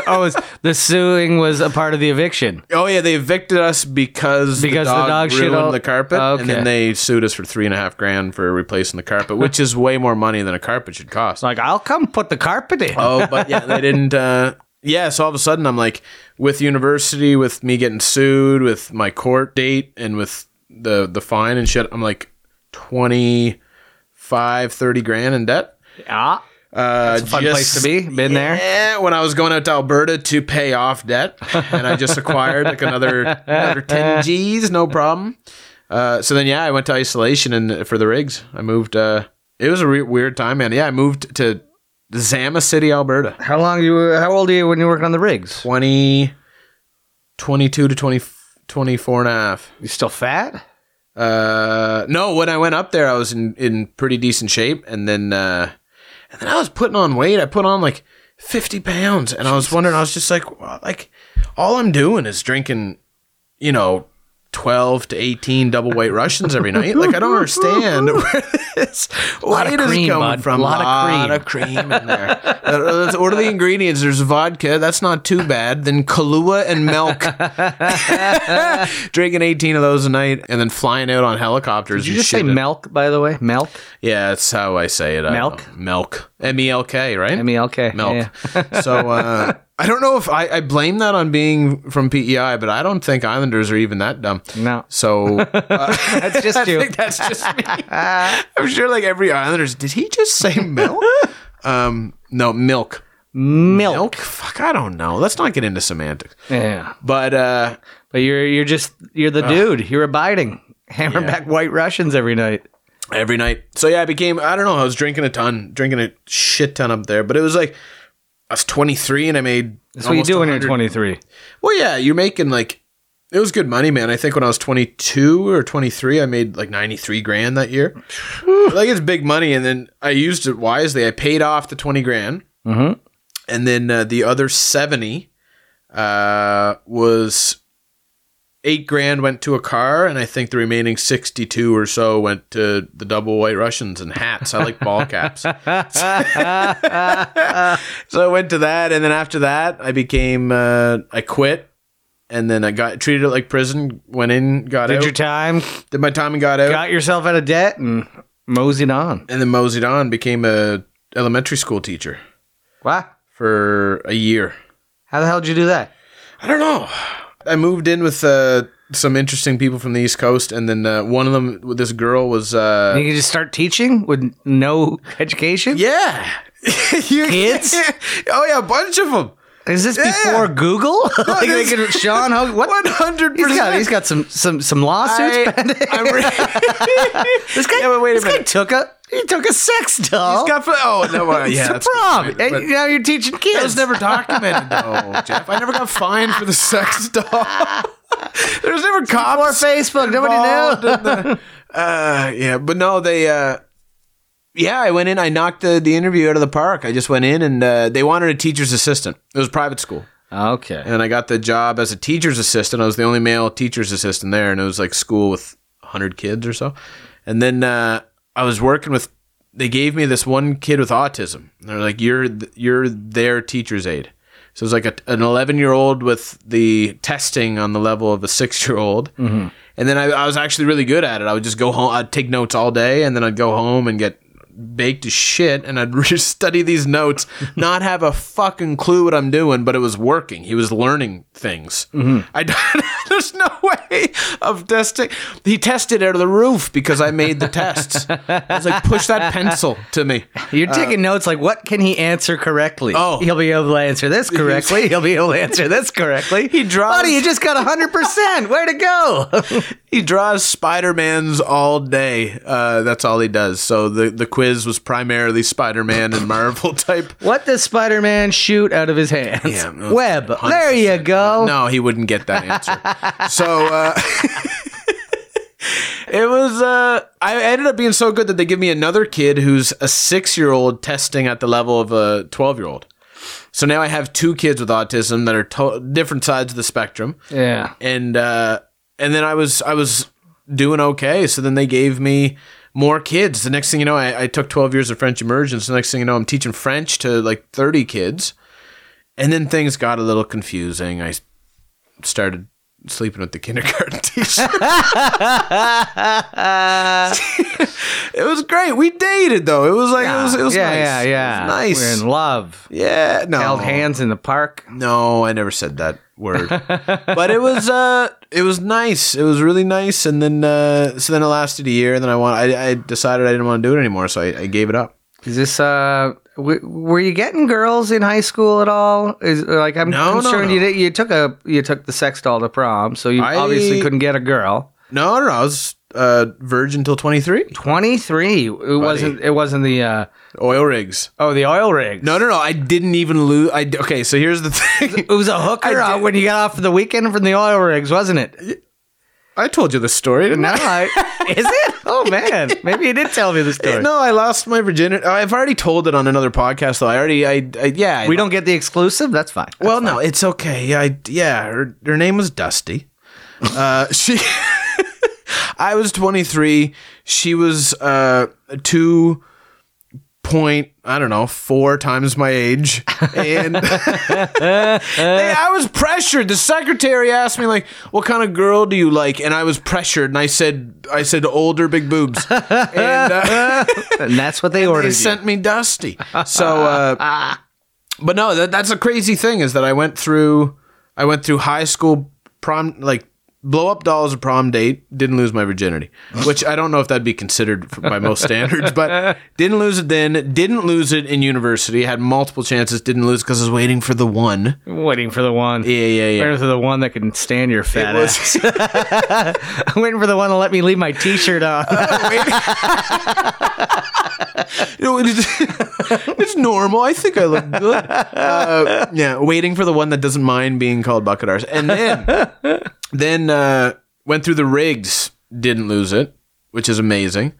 Speaker 2: oh, it's, the suing was a part of the eviction.
Speaker 3: oh yeah, they evicted us because
Speaker 2: Because the
Speaker 3: the dog,
Speaker 2: dog shit
Speaker 3: ruined
Speaker 2: all-
Speaker 3: the carpet,
Speaker 2: Oh,
Speaker 3: and then
Speaker 2: okay.
Speaker 3: they sued us for three and a half grand for replacing the carpet, which is way more money than a carpet should cost.
Speaker 2: It's like, I'll come put the carpet in.
Speaker 3: oh, but yeah, they didn't. Uh, yeah, so all of a sudden I'm like, with university, with me getting sued, with my court date, and with the the fine and shit, I'm like 25, 30 grand in debt.
Speaker 2: Ah,
Speaker 3: Uh,
Speaker 2: fun place to be. Been there.
Speaker 3: Yeah, Eh, when I was going out to Alberta to pay off debt, and I just acquired like another another ten G's, no problem. Uh, so then, yeah, I went to isolation and for the rigs, I moved. Uh, it was a re- weird time, man. Yeah, I moved to Zama City, Alberta.
Speaker 2: How long you? were- How old are you when you working on the rigs?
Speaker 3: 20, 22 to 20, 24 and a half.
Speaker 2: You still fat?
Speaker 3: Uh, no, when I went up there, I was in, in pretty decent shape. And then, uh, and then I was putting on weight. I put on like 50 pounds. And I was wondering, I was just like, wow, like all I'm doing is drinking, you know, twelve to eighteen double white Russians every night. Like I don't understand where this
Speaker 2: Lot of
Speaker 3: weight is
Speaker 2: cream,
Speaker 3: coming
Speaker 2: bud.
Speaker 3: from.
Speaker 2: Lot of
Speaker 3: Lot of cream in there. Uh, let's order the ingredients. There's vodka. That's not too bad. Then Kahlua and milk. Drinking eighteen of those a night, and then flying out on helicopters.
Speaker 2: Did you
Speaker 3: and
Speaker 2: just say
Speaker 3: shit.
Speaker 2: milk, by the way? Milk?
Speaker 3: Yeah, that's how I say it. I
Speaker 2: Milk?
Speaker 3: don't know. milk, M E L K, right?
Speaker 2: M E L K.
Speaker 3: milk. so uh, I don't know if I, I blame that on being from PEI, but I don't think Islanders are even that dumb.
Speaker 2: No.
Speaker 3: So uh,
Speaker 2: That's just
Speaker 3: I
Speaker 2: you.
Speaker 3: think that's just me. I'm sure like every Islanders, did he just say milk? um, no, milk.
Speaker 2: Milk.
Speaker 3: Milk? Fuck, I don't know. Let's not get into semantics.
Speaker 2: Yeah.
Speaker 3: But uh,
Speaker 2: But you're you're just you're the dude. You're abiding. Hammer
Speaker 3: Yeah.
Speaker 2: back white Russians every night.
Speaker 3: every night. So yeah, I became I don't know, I was drinking a ton, drinking a shit ton up there, but it was like I was 23 and I made
Speaker 2: That's what you do when you're 23.
Speaker 3: Well, yeah, you're making like it was good money, man. I think when I was 22 or 23, I made like 93 grand that year. like it's big money, and then I used it wisely. I paid off the 20 grand,
Speaker 2: Mhm.
Speaker 3: and then uh, the other 70 uh, was eight grand went to a car, and I think the remaining 62 or so went to the double white Russians and hats. I like ball caps. so I went to that, and then after that, I became uh, I quit, and then I got treated it like prison. Went in, got
Speaker 2: Did
Speaker 3: out,
Speaker 2: your time,
Speaker 3: did my time, and got out,
Speaker 2: got yourself out of debt, and moseyed on.
Speaker 3: and then moseyed on, became a elementary school teacher
Speaker 2: Wow.
Speaker 3: for a year.
Speaker 2: How the hell did you do that?
Speaker 3: I don't know. I moved in with uh, some interesting people from the East Coast, and then uh, one of them, with this girl, was uh,
Speaker 2: You could just start teaching with no education?
Speaker 3: yeah, You-
Speaker 2: Kids?
Speaker 3: oh yeah, a bunch of them.
Speaker 2: Is this
Speaker 3: Yeah.
Speaker 2: before Google? like they
Speaker 3: this-
Speaker 2: could, Sean, how, what?
Speaker 3: One hundred
Speaker 2: He's got, he's
Speaker 3: percent.
Speaker 2: got some, some, some lawsuits. this guy,
Speaker 3: Yeah, but wait a
Speaker 2: this guy
Speaker 3: minute.
Speaker 2: took a, he took a sex doll.
Speaker 3: He's got oh no, well, yeah,
Speaker 2: it's
Speaker 3: that's
Speaker 2: a prom.
Speaker 3: right, but
Speaker 2: and now you're teaching kids.
Speaker 3: That was never documented, though, Jeff. I never got fined for the sex doll. there was never
Speaker 2: Before
Speaker 3: cops.
Speaker 2: Facebook, nobody
Speaker 3: involved
Speaker 2: knew.
Speaker 3: in the- uh, yeah, but no, they. Uh, yeah, I went in. I knocked the, the interview out of the park. I just went in, and uh, they wanted a teacher's assistant. It was a private school,
Speaker 2: Okay.
Speaker 3: and I got the job as a teacher's assistant. I was the only male teacher's assistant there, and it was like school with hundred kids or so. And then uh, I was working with. They gave me this one kid with autism. They're like, "You're th- you're their teacher's aide." So it was like a, an eleven year old with the testing on the level of a six year old. And then I, I was actually really good at it. I would just go home. I'd take notes all day, and then I'd go home and get baked as shit. And I'd just study these notes, not have a fucking clue what I'm doing, but it was working. He was learning things. I don't- there's no way of testing. He tested out of the roof because I made the tests. I was like, push that pencil to me.
Speaker 2: You're taking notes like what can he answer correctly?
Speaker 3: Uh, Oh.
Speaker 2: he'll be able to answer this correctly. he'll be able to answer this correctly. he
Speaker 3: draws-
Speaker 2: Buddy, you just got hundred percent. Where to go?
Speaker 3: He draws Spider Mans all day. Uh, that's all he does. So the the quiz was primarily Spider Man and Marvel type.
Speaker 2: what does Spider-Man shoot out of his hands?
Speaker 3: Yeah, no,
Speaker 2: Web. There you go.
Speaker 3: No, he wouldn't get that answer. so uh, it was. Uh, I ended up being so good that they give me another kid who's a six-year-old testing at the level of a twelve-year-old. So now I have two kids with autism that are to- different sides of the spectrum
Speaker 2: Yeah.
Speaker 3: and uh, and then I was I was doing okay. So then they gave me more kids. The next thing you know, I, I took twelve years of French immersions. The next thing you know, I'm teaching French to like thirty kids, and then things got a little confusing. I s- started sleeping with the kindergarten teacher. it was great. We dated though. It was like it was it was
Speaker 2: yeah,
Speaker 3: nice.
Speaker 2: yeah,
Speaker 3: It was
Speaker 2: yeah.
Speaker 3: nice. Oh.
Speaker 2: We're in love.
Speaker 3: yeah, no.
Speaker 2: Held hands in the park.
Speaker 3: No, I never said that word. but it was uh it was nice. It was really nice and then uh so then it lasted a year and then I want I, I decided I didn't want to do it anymore, so I, I gave it up.
Speaker 2: Is this uh? W- were you getting girls in high school at all? Is like I'm
Speaker 3: No, no,
Speaker 2: concerned
Speaker 3: no.
Speaker 2: you did, you took a you took the sex doll to prom, so you
Speaker 3: I-
Speaker 2: obviously couldn't get a girl.
Speaker 3: No, no, no I was uh virgin till 23.
Speaker 2: Twenty three. It wasn't. It wasn't the uh,
Speaker 3: Oil rigs.
Speaker 2: oh the oil rig.
Speaker 3: No, no, no. I didn't even lose I okay, so here's the thing.
Speaker 2: It was a hooker uh,
Speaker 3: I did-
Speaker 2: when you got off for the weekend from the oil rigs, wasn't it?
Speaker 3: I told you the story, didn't
Speaker 2: No,
Speaker 3: I?
Speaker 2: I, is it? Oh man, maybe you did tell me the story.
Speaker 3: No, I lost my virginity. I've already told it on another podcast though. I already I, I yeah, I
Speaker 2: we don't get the exclusive. That's fine.
Speaker 3: well, no, it's okay. I yeah, her, her name was Dusty. Uh, she I was 23. She was uh, two point I don't know four times my age, and they, I was pressured. The secretary asked me like, "What kind of girl do you like?" And I was pressured, and I said, "I said older, big boobs," and uh,
Speaker 2: And that's what they ordered.
Speaker 3: they
Speaker 2: you.
Speaker 3: sent me Dusty. So, uh, but no, that, that's a crazy thing is that I went through, I went through high school prom like. Blow up doll as a prom date. Didn't lose my virginity, which I don't know if that'd be considered for- by most standards, but didn't lose it then. Didn't lose it in university. Had multiple chances. Didn't lose because I was waiting for the one.
Speaker 2: waiting for the one.
Speaker 3: Yeah, yeah, yeah.
Speaker 2: Waiting for the one that can stand your
Speaker 3: It
Speaker 2: fat ass.
Speaker 3: was-
Speaker 2: I'm waiting for the one to let me leave my T-shirt on.
Speaker 3: You know, it is- it's normal. I think I look good. Uh, yeah, waiting for the one that doesn't mind being called bucket arse. And then, then uh, went through the rigs, didn't lose it, which is amazing.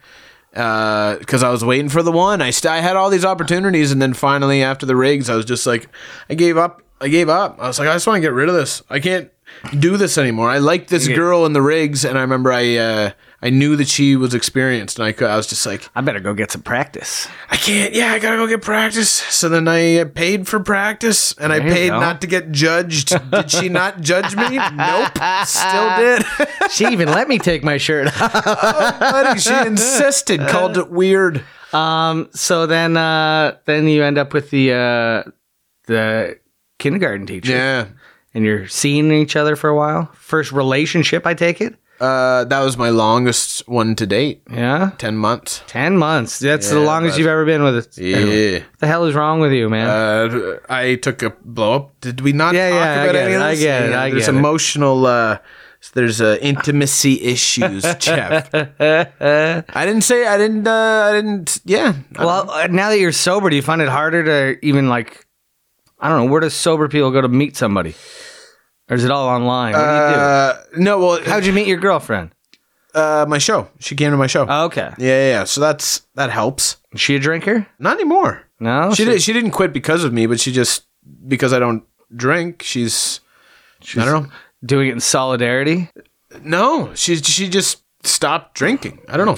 Speaker 3: Because I was waiting for the one. I, st- I had all these opportunities, and then finally, after the rigs, I was just like, I gave up. I gave up. I was like, I just want to get rid of this. I can't do this anymore. I liked this girl in the rigs, and I remember I uh, I knew that she was experienced, and I, cou- I was just like,
Speaker 2: I better go get some practice.
Speaker 3: I can't. Yeah, I gotta go get practice. So then I uh, paid for practice, and I
Speaker 2: you
Speaker 3: paid
Speaker 2: go.
Speaker 3: not to get judged. Did she not judge me? Nope. Still did.
Speaker 2: She even let me take my shirt off.
Speaker 3: Buddy, she insisted. Called it weird.
Speaker 2: Um, so then, uh, then you end up with the uh, the kindergarten teacher,
Speaker 3: Yeah.
Speaker 2: and you're seeing each other for a while. First relationship, I take it.
Speaker 3: Uh, that was my longest one to date.
Speaker 2: Yeah,
Speaker 3: Ten months.
Speaker 2: ten months. That's the
Speaker 3: Yeah,
Speaker 2: longest
Speaker 3: bud.
Speaker 2: you've ever been with it.
Speaker 3: Yeah.
Speaker 2: What the hell is wrong with you, man?
Speaker 3: Uh, I took a blow up. Did we not
Speaker 2: Yeah,
Speaker 3: talk
Speaker 2: yeah, I
Speaker 3: about
Speaker 2: get
Speaker 3: any
Speaker 2: it,
Speaker 3: of
Speaker 2: I
Speaker 3: this?
Speaker 2: get it, I
Speaker 3: there's
Speaker 2: get it.
Speaker 3: emotional. Uh, there's uh, intimacy issues, Jeff. Uh, I didn't say. I didn't. Uh, I didn't. Yeah.
Speaker 2: well, uh, now that you're sober, do you find it harder to even like? I don't know. Where do sober people go to meet somebody? Or is it all online? What do you do?
Speaker 3: Uh, no. Well,
Speaker 2: How'd you meet your girlfriend? Oh,
Speaker 3: uh, my show. She came to my show.
Speaker 2: Okay.
Speaker 3: yeah, yeah, yeah. So that's that helps.
Speaker 2: Is she a drinker?
Speaker 3: Not anymore.
Speaker 2: No.
Speaker 3: she did. She didn't quit because of me, but she just because I don't drink. She's, I don't
Speaker 2: doing it in solidarity.
Speaker 3: know. No, she she just stopped drinking. I don't know.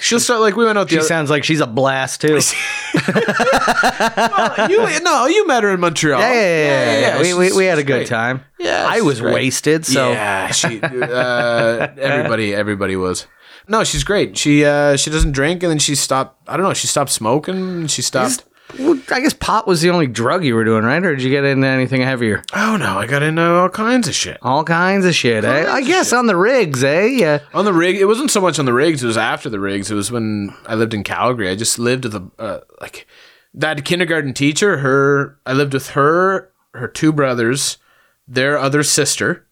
Speaker 3: She'll start like we went out the
Speaker 2: She
Speaker 3: other.
Speaker 2: sounds like she's a blast too.
Speaker 3: you, no, you met her in Montreal.
Speaker 2: Yeah, yeah, yeah, yeah, yeah. We,
Speaker 3: she's-
Speaker 2: we, we had a
Speaker 3: she's
Speaker 2: good
Speaker 3: great.
Speaker 2: time.
Speaker 3: Yeah,
Speaker 2: I
Speaker 3: she's
Speaker 2: was
Speaker 3: great.
Speaker 2: wasted, so
Speaker 3: yeah, she, uh, everybody, everybody was. No, she's great. She uh, she doesn't drink, and then she stopped. I don't know. She stopped smoking. She stopped.
Speaker 2: Well, I guess pot was the only drug you were doing, right? Or did you get into anything heavier?
Speaker 3: Oh no, I got into all kinds of shit
Speaker 2: All kinds of shit, eh? I guess on the rigs, eh? Yeah.
Speaker 3: on the rig. It wasn't so much on the rigs. It was after the rigs. It was when I lived in Calgary. I just lived with a uh, like that kindergarten teacher. Her, I lived with her, her two brothers, their other sister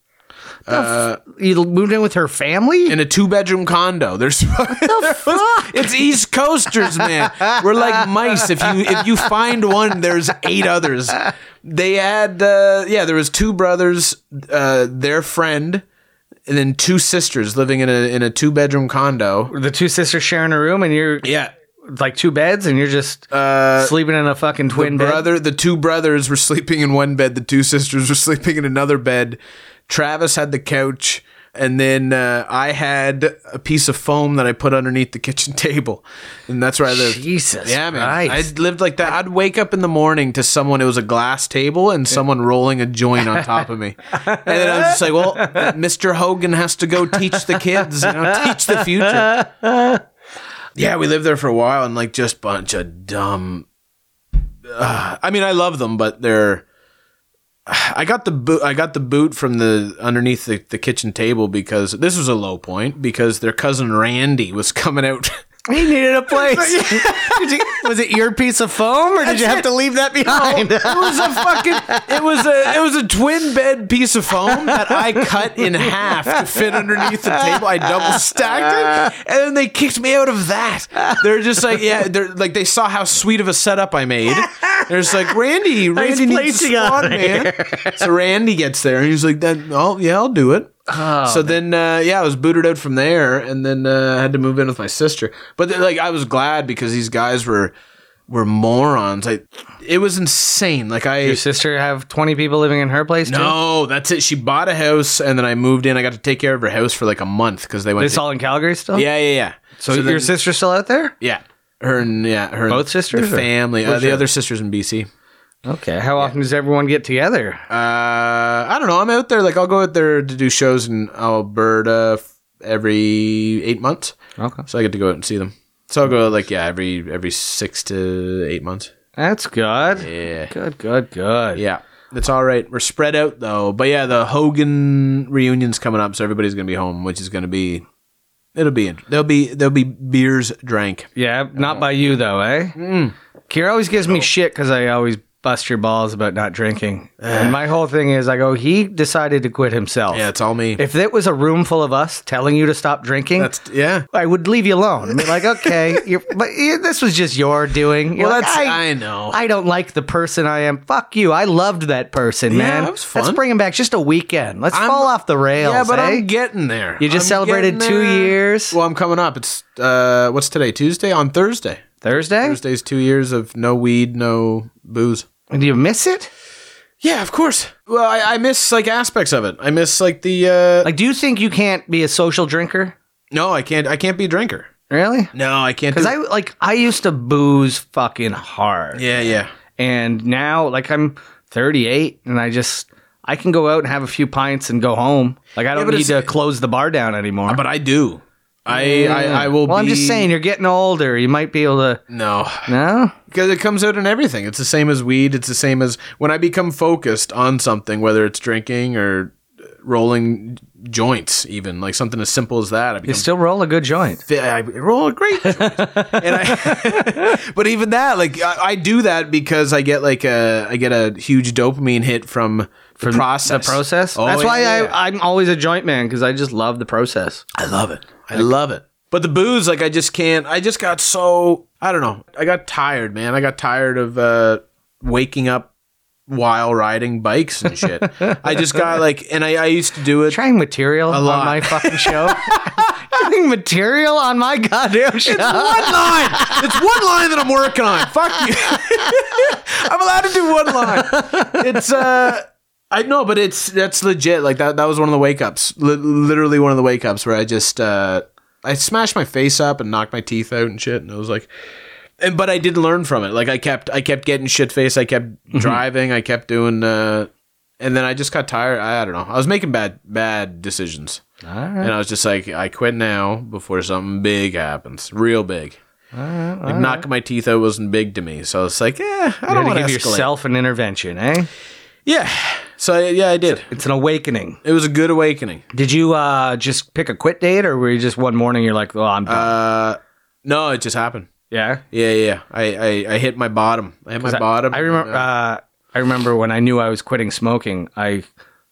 Speaker 2: You moved in with her family?
Speaker 3: in a two bedroom condo. There's
Speaker 2: the fuck?
Speaker 3: it's East Coasters, man. We're like mice. If you if you find one, there's eight others. They had uh, yeah, there was two brothers, uh, their friend, and then two sisters living in a in a two bedroom condo.
Speaker 2: The two sisters sharing a room, and you're
Speaker 3: Yeah.
Speaker 2: like two beds, and you're just sleeping in a fucking twin bed.
Speaker 3: Brother, the two brothers were sleeping in one bed. The two sisters were sleeping in another bed. Travis had the couch, and then uh, I had a piece of foam that I put underneath the kitchen table, and that's where I lived.
Speaker 2: Jesus
Speaker 3: Yeah, man.
Speaker 2: Christ.
Speaker 3: I lived like that. I'd wake up in the morning to someone. It was a glass table and someone rolling a joint on top of me, and then I was just like, "Well, Mr. Hogan has to go teach the kids, you know, teach the future." Yeah, we lived there for a while and like just bunch of dumb. Ugh. I mean, I love them, but they're. I got the boot. I got the boot from the underneath the, the kitchen table because this was a low point because their cousin Randy was coming out.
Speaker 2: He needed a place. Did you- was it your piece of foam, or did you have to leave that behind?
Speaker 3: It was a fucking. It was a. It was a twin bed piece of foam that I cut in half to fit underneath the table. I double stacked it, and then they kicked me out of that. They're just like, yeah, they're like they saw how sweet of a setup I made. They're just like, Randy, Randy needs a
Speaker 2: placing on
Speaker 3: spot, man. So Randy gets there, and he's like, then, oh yeah, I'll do it.
Speaker 2: Oh,
Speaker 3: so then, uh, yeah, I was booted out from there, and then uh, I had to move in with my sister. But like, I was glad because these guys were were morons. I, it was insane. Like I,
Speaker 2: Your sister have 20 people living in her place too?
Speaker 3: no, that's it. She bought a house, and then I moved in. I got to take care of her house for like a month because they went.
Speaker 2: This
Speaker 3: to-
Speaker 2: all in Calgary still?
Speaker 3: yeah, yeah, yeah.
Speaker 2: So,
Speaker 3: then-
Speaker 2: your sister's still out there?
Speaker 3: yeah, her and yeah, her and
Speaker 2: Both sisters,
Speaker 3: the
Speaker 2: or-
Speaker 3: family, uh,
Speaker 2: Which
Speaker 3: the
Speaker 2: are-
Speaker 3: other sisters in BC.
Speaker 2: Okay. How often does everyone get together?
Speaker 3: Uh, I don't know. I'm out there. Like I'll go out there to do shows in Alberta f- every eight months,
Speaker 2: Okay.
Speaker 3: so I get to go out and see them. So I'll go like yeah, every every six to eight months.
Speaker 2: That's good.
Speaker 3: Yeah,
Speaker 2: Good, good, good.
Speaker 3: yeah. It's all right. We're spread out though, but yeah, the Hogan reunion's coming up, so everybody's gonna be home, which is gonna be. It'll be there'll be there'll be beers drank.
Speaker 2: Yeah, not by you though, eh? Mm. Kier always gives me shit because I always bust your balls about not drinking. and my whole thing is, I go, he decided to quit himself.
Speaker 3: Yeah, it's all me.
Speaker 2: If it was a room full of us telling you to stop drinking,
Speaker 3: That's yeah.
Speaker 2: I would leave you alone. Be like, okay, you're, but eh, this was just your doing. You're
Speaker 3: Well,
Speaker 2: like,
Speaker 3: that's I,
Speaker 2: I,
Speaker 3: know.
Speaker 2: I don't like the person I am. Fuck you. I loved that person, man.
Speaker 3: it was
Speaker 2: Let's
Speaker 3: fun.
Speaker 2: bring him back just a weekend. Let's
Speaker 3: I'm-
Speaker 2: fall off the rails.
Speaker 3: yeah, but
Speaker 2: eh?
Speaker 3: I'm getting there.
Speaker 2: You just
Speaker 3: I'm
Speaker 2: celebrated
Speaker 3: getting
Speaker 2: two
Speaker 3: there.
Speaker 2: years.
Speaker 3: Well, I'm coming up. It's uh, what's today? Tuesday on Thursday.
Speaker 2: Thursday?
Speaker 3: Thursday's two years of no weed, no booze.
Speaker 2: Do you miss it?
Speaker 3: Yeah, of course. Well, I, I miss like aspects of it. I miss like the uh,
Speaker 2: Like, do you think you can't be a social drinker?
Speaker 3: no, I can't. I can't be a drinker.
Speaker 2: Really?
Speaker 3: No, I can't.
Speaker 2: Because
Speaker 3: do-
Speaker 2: I like I used to booze fucking hard,
Speaker 3: yeah, yeah,
Speaker 2: and now like I'm 38, and I just I can go out and have a few pints and go home. Like I don't
Speaker 3: but
Speaker 2: need to
Speaker 3: it's-
Speaker 2: close the bar down anymore.
Speaker 3: but I do. I I, I will.
Speaker 2: well, I'm
Speaker 3: be-
Speaker 2: just saying you're getting older. You might be able to.
Speaker 3: No,
Speaker 2: No,
Speaker 3: because it comes out in everything. It's the same as weed. It's the same as when I become focused on something, whether it's drinking or uh, rolling joints, even like something as simple as that. I
Speaker 2: you
Speaker 3: become
Speaker 2: still roll a good joint.
Speaker 3: fit- I roll a great joint. and I, but even that, like I, I do that because I get like a I get a huge dopamine hit from the process.
Speaker 2: The process.
Speaker 3: Oh,
Speaker 2: That's
Speaker 3: yeah,
Speaker 2: why
Speaker 3: yeah.
Speaker 2: I, I'm always a joint man because I just love the process.
Speaker 3: I love it. I love it. But the booze, like I just can't. I just got so I don't know. I got tired, man. I got tired of uh, waking up while riding bikes and shit. I just got like, and I, I used to do it.
Speaker 2: Trying material on
Speaker 3: lot.
Speaker 2: my fucking show. Trying material on my goddamn show.
Speaker 3: one line. It's one line that I'm working on. Fuck you. I'm allowed to do one line. It's uh I know, but it's that's legit. Like that that was one of the wake ups. Li- literally one of the wake ups where I just uh I smashed my face up and knocked my teeth out and shit and I was like and but I did learn from it. Like I kept I kept getting shit faced, I kept driving, I kept doing uh and then I just got tired. I, I don't know. I was making bad bad decisions. And I was just like, I quit now before something big happens, real big. like knocking my teeth out wasn't big to me, so I was like, yeah, I
Speaker 2: You
Speaker 3: don't
Speaker 2: had
Speaker 3: want
Speaker 2: to
Speaker 3: to
Speaker 2: give
Speaker 3: escalate.
Speaker 2: yourself an intervention, eh?
Speaker 3: Yeah. So yeah, I did.
Speaker 2: It's an awakening.
Speaker 3: It was a good awakening.
Speaker 2: Did you uh, just pick a quit date, or were you just one morning you're like, "Oh, I'm done"?
Speaker 3: Uh, no, it just happened.
Speaker 2: yeah,
Speaker 3: Yeah, yeah. I, I, I hit my bottom. I hit my bottom.
Speaker 2: I remember. Uh, I remember when I knew I was quitting smoking. I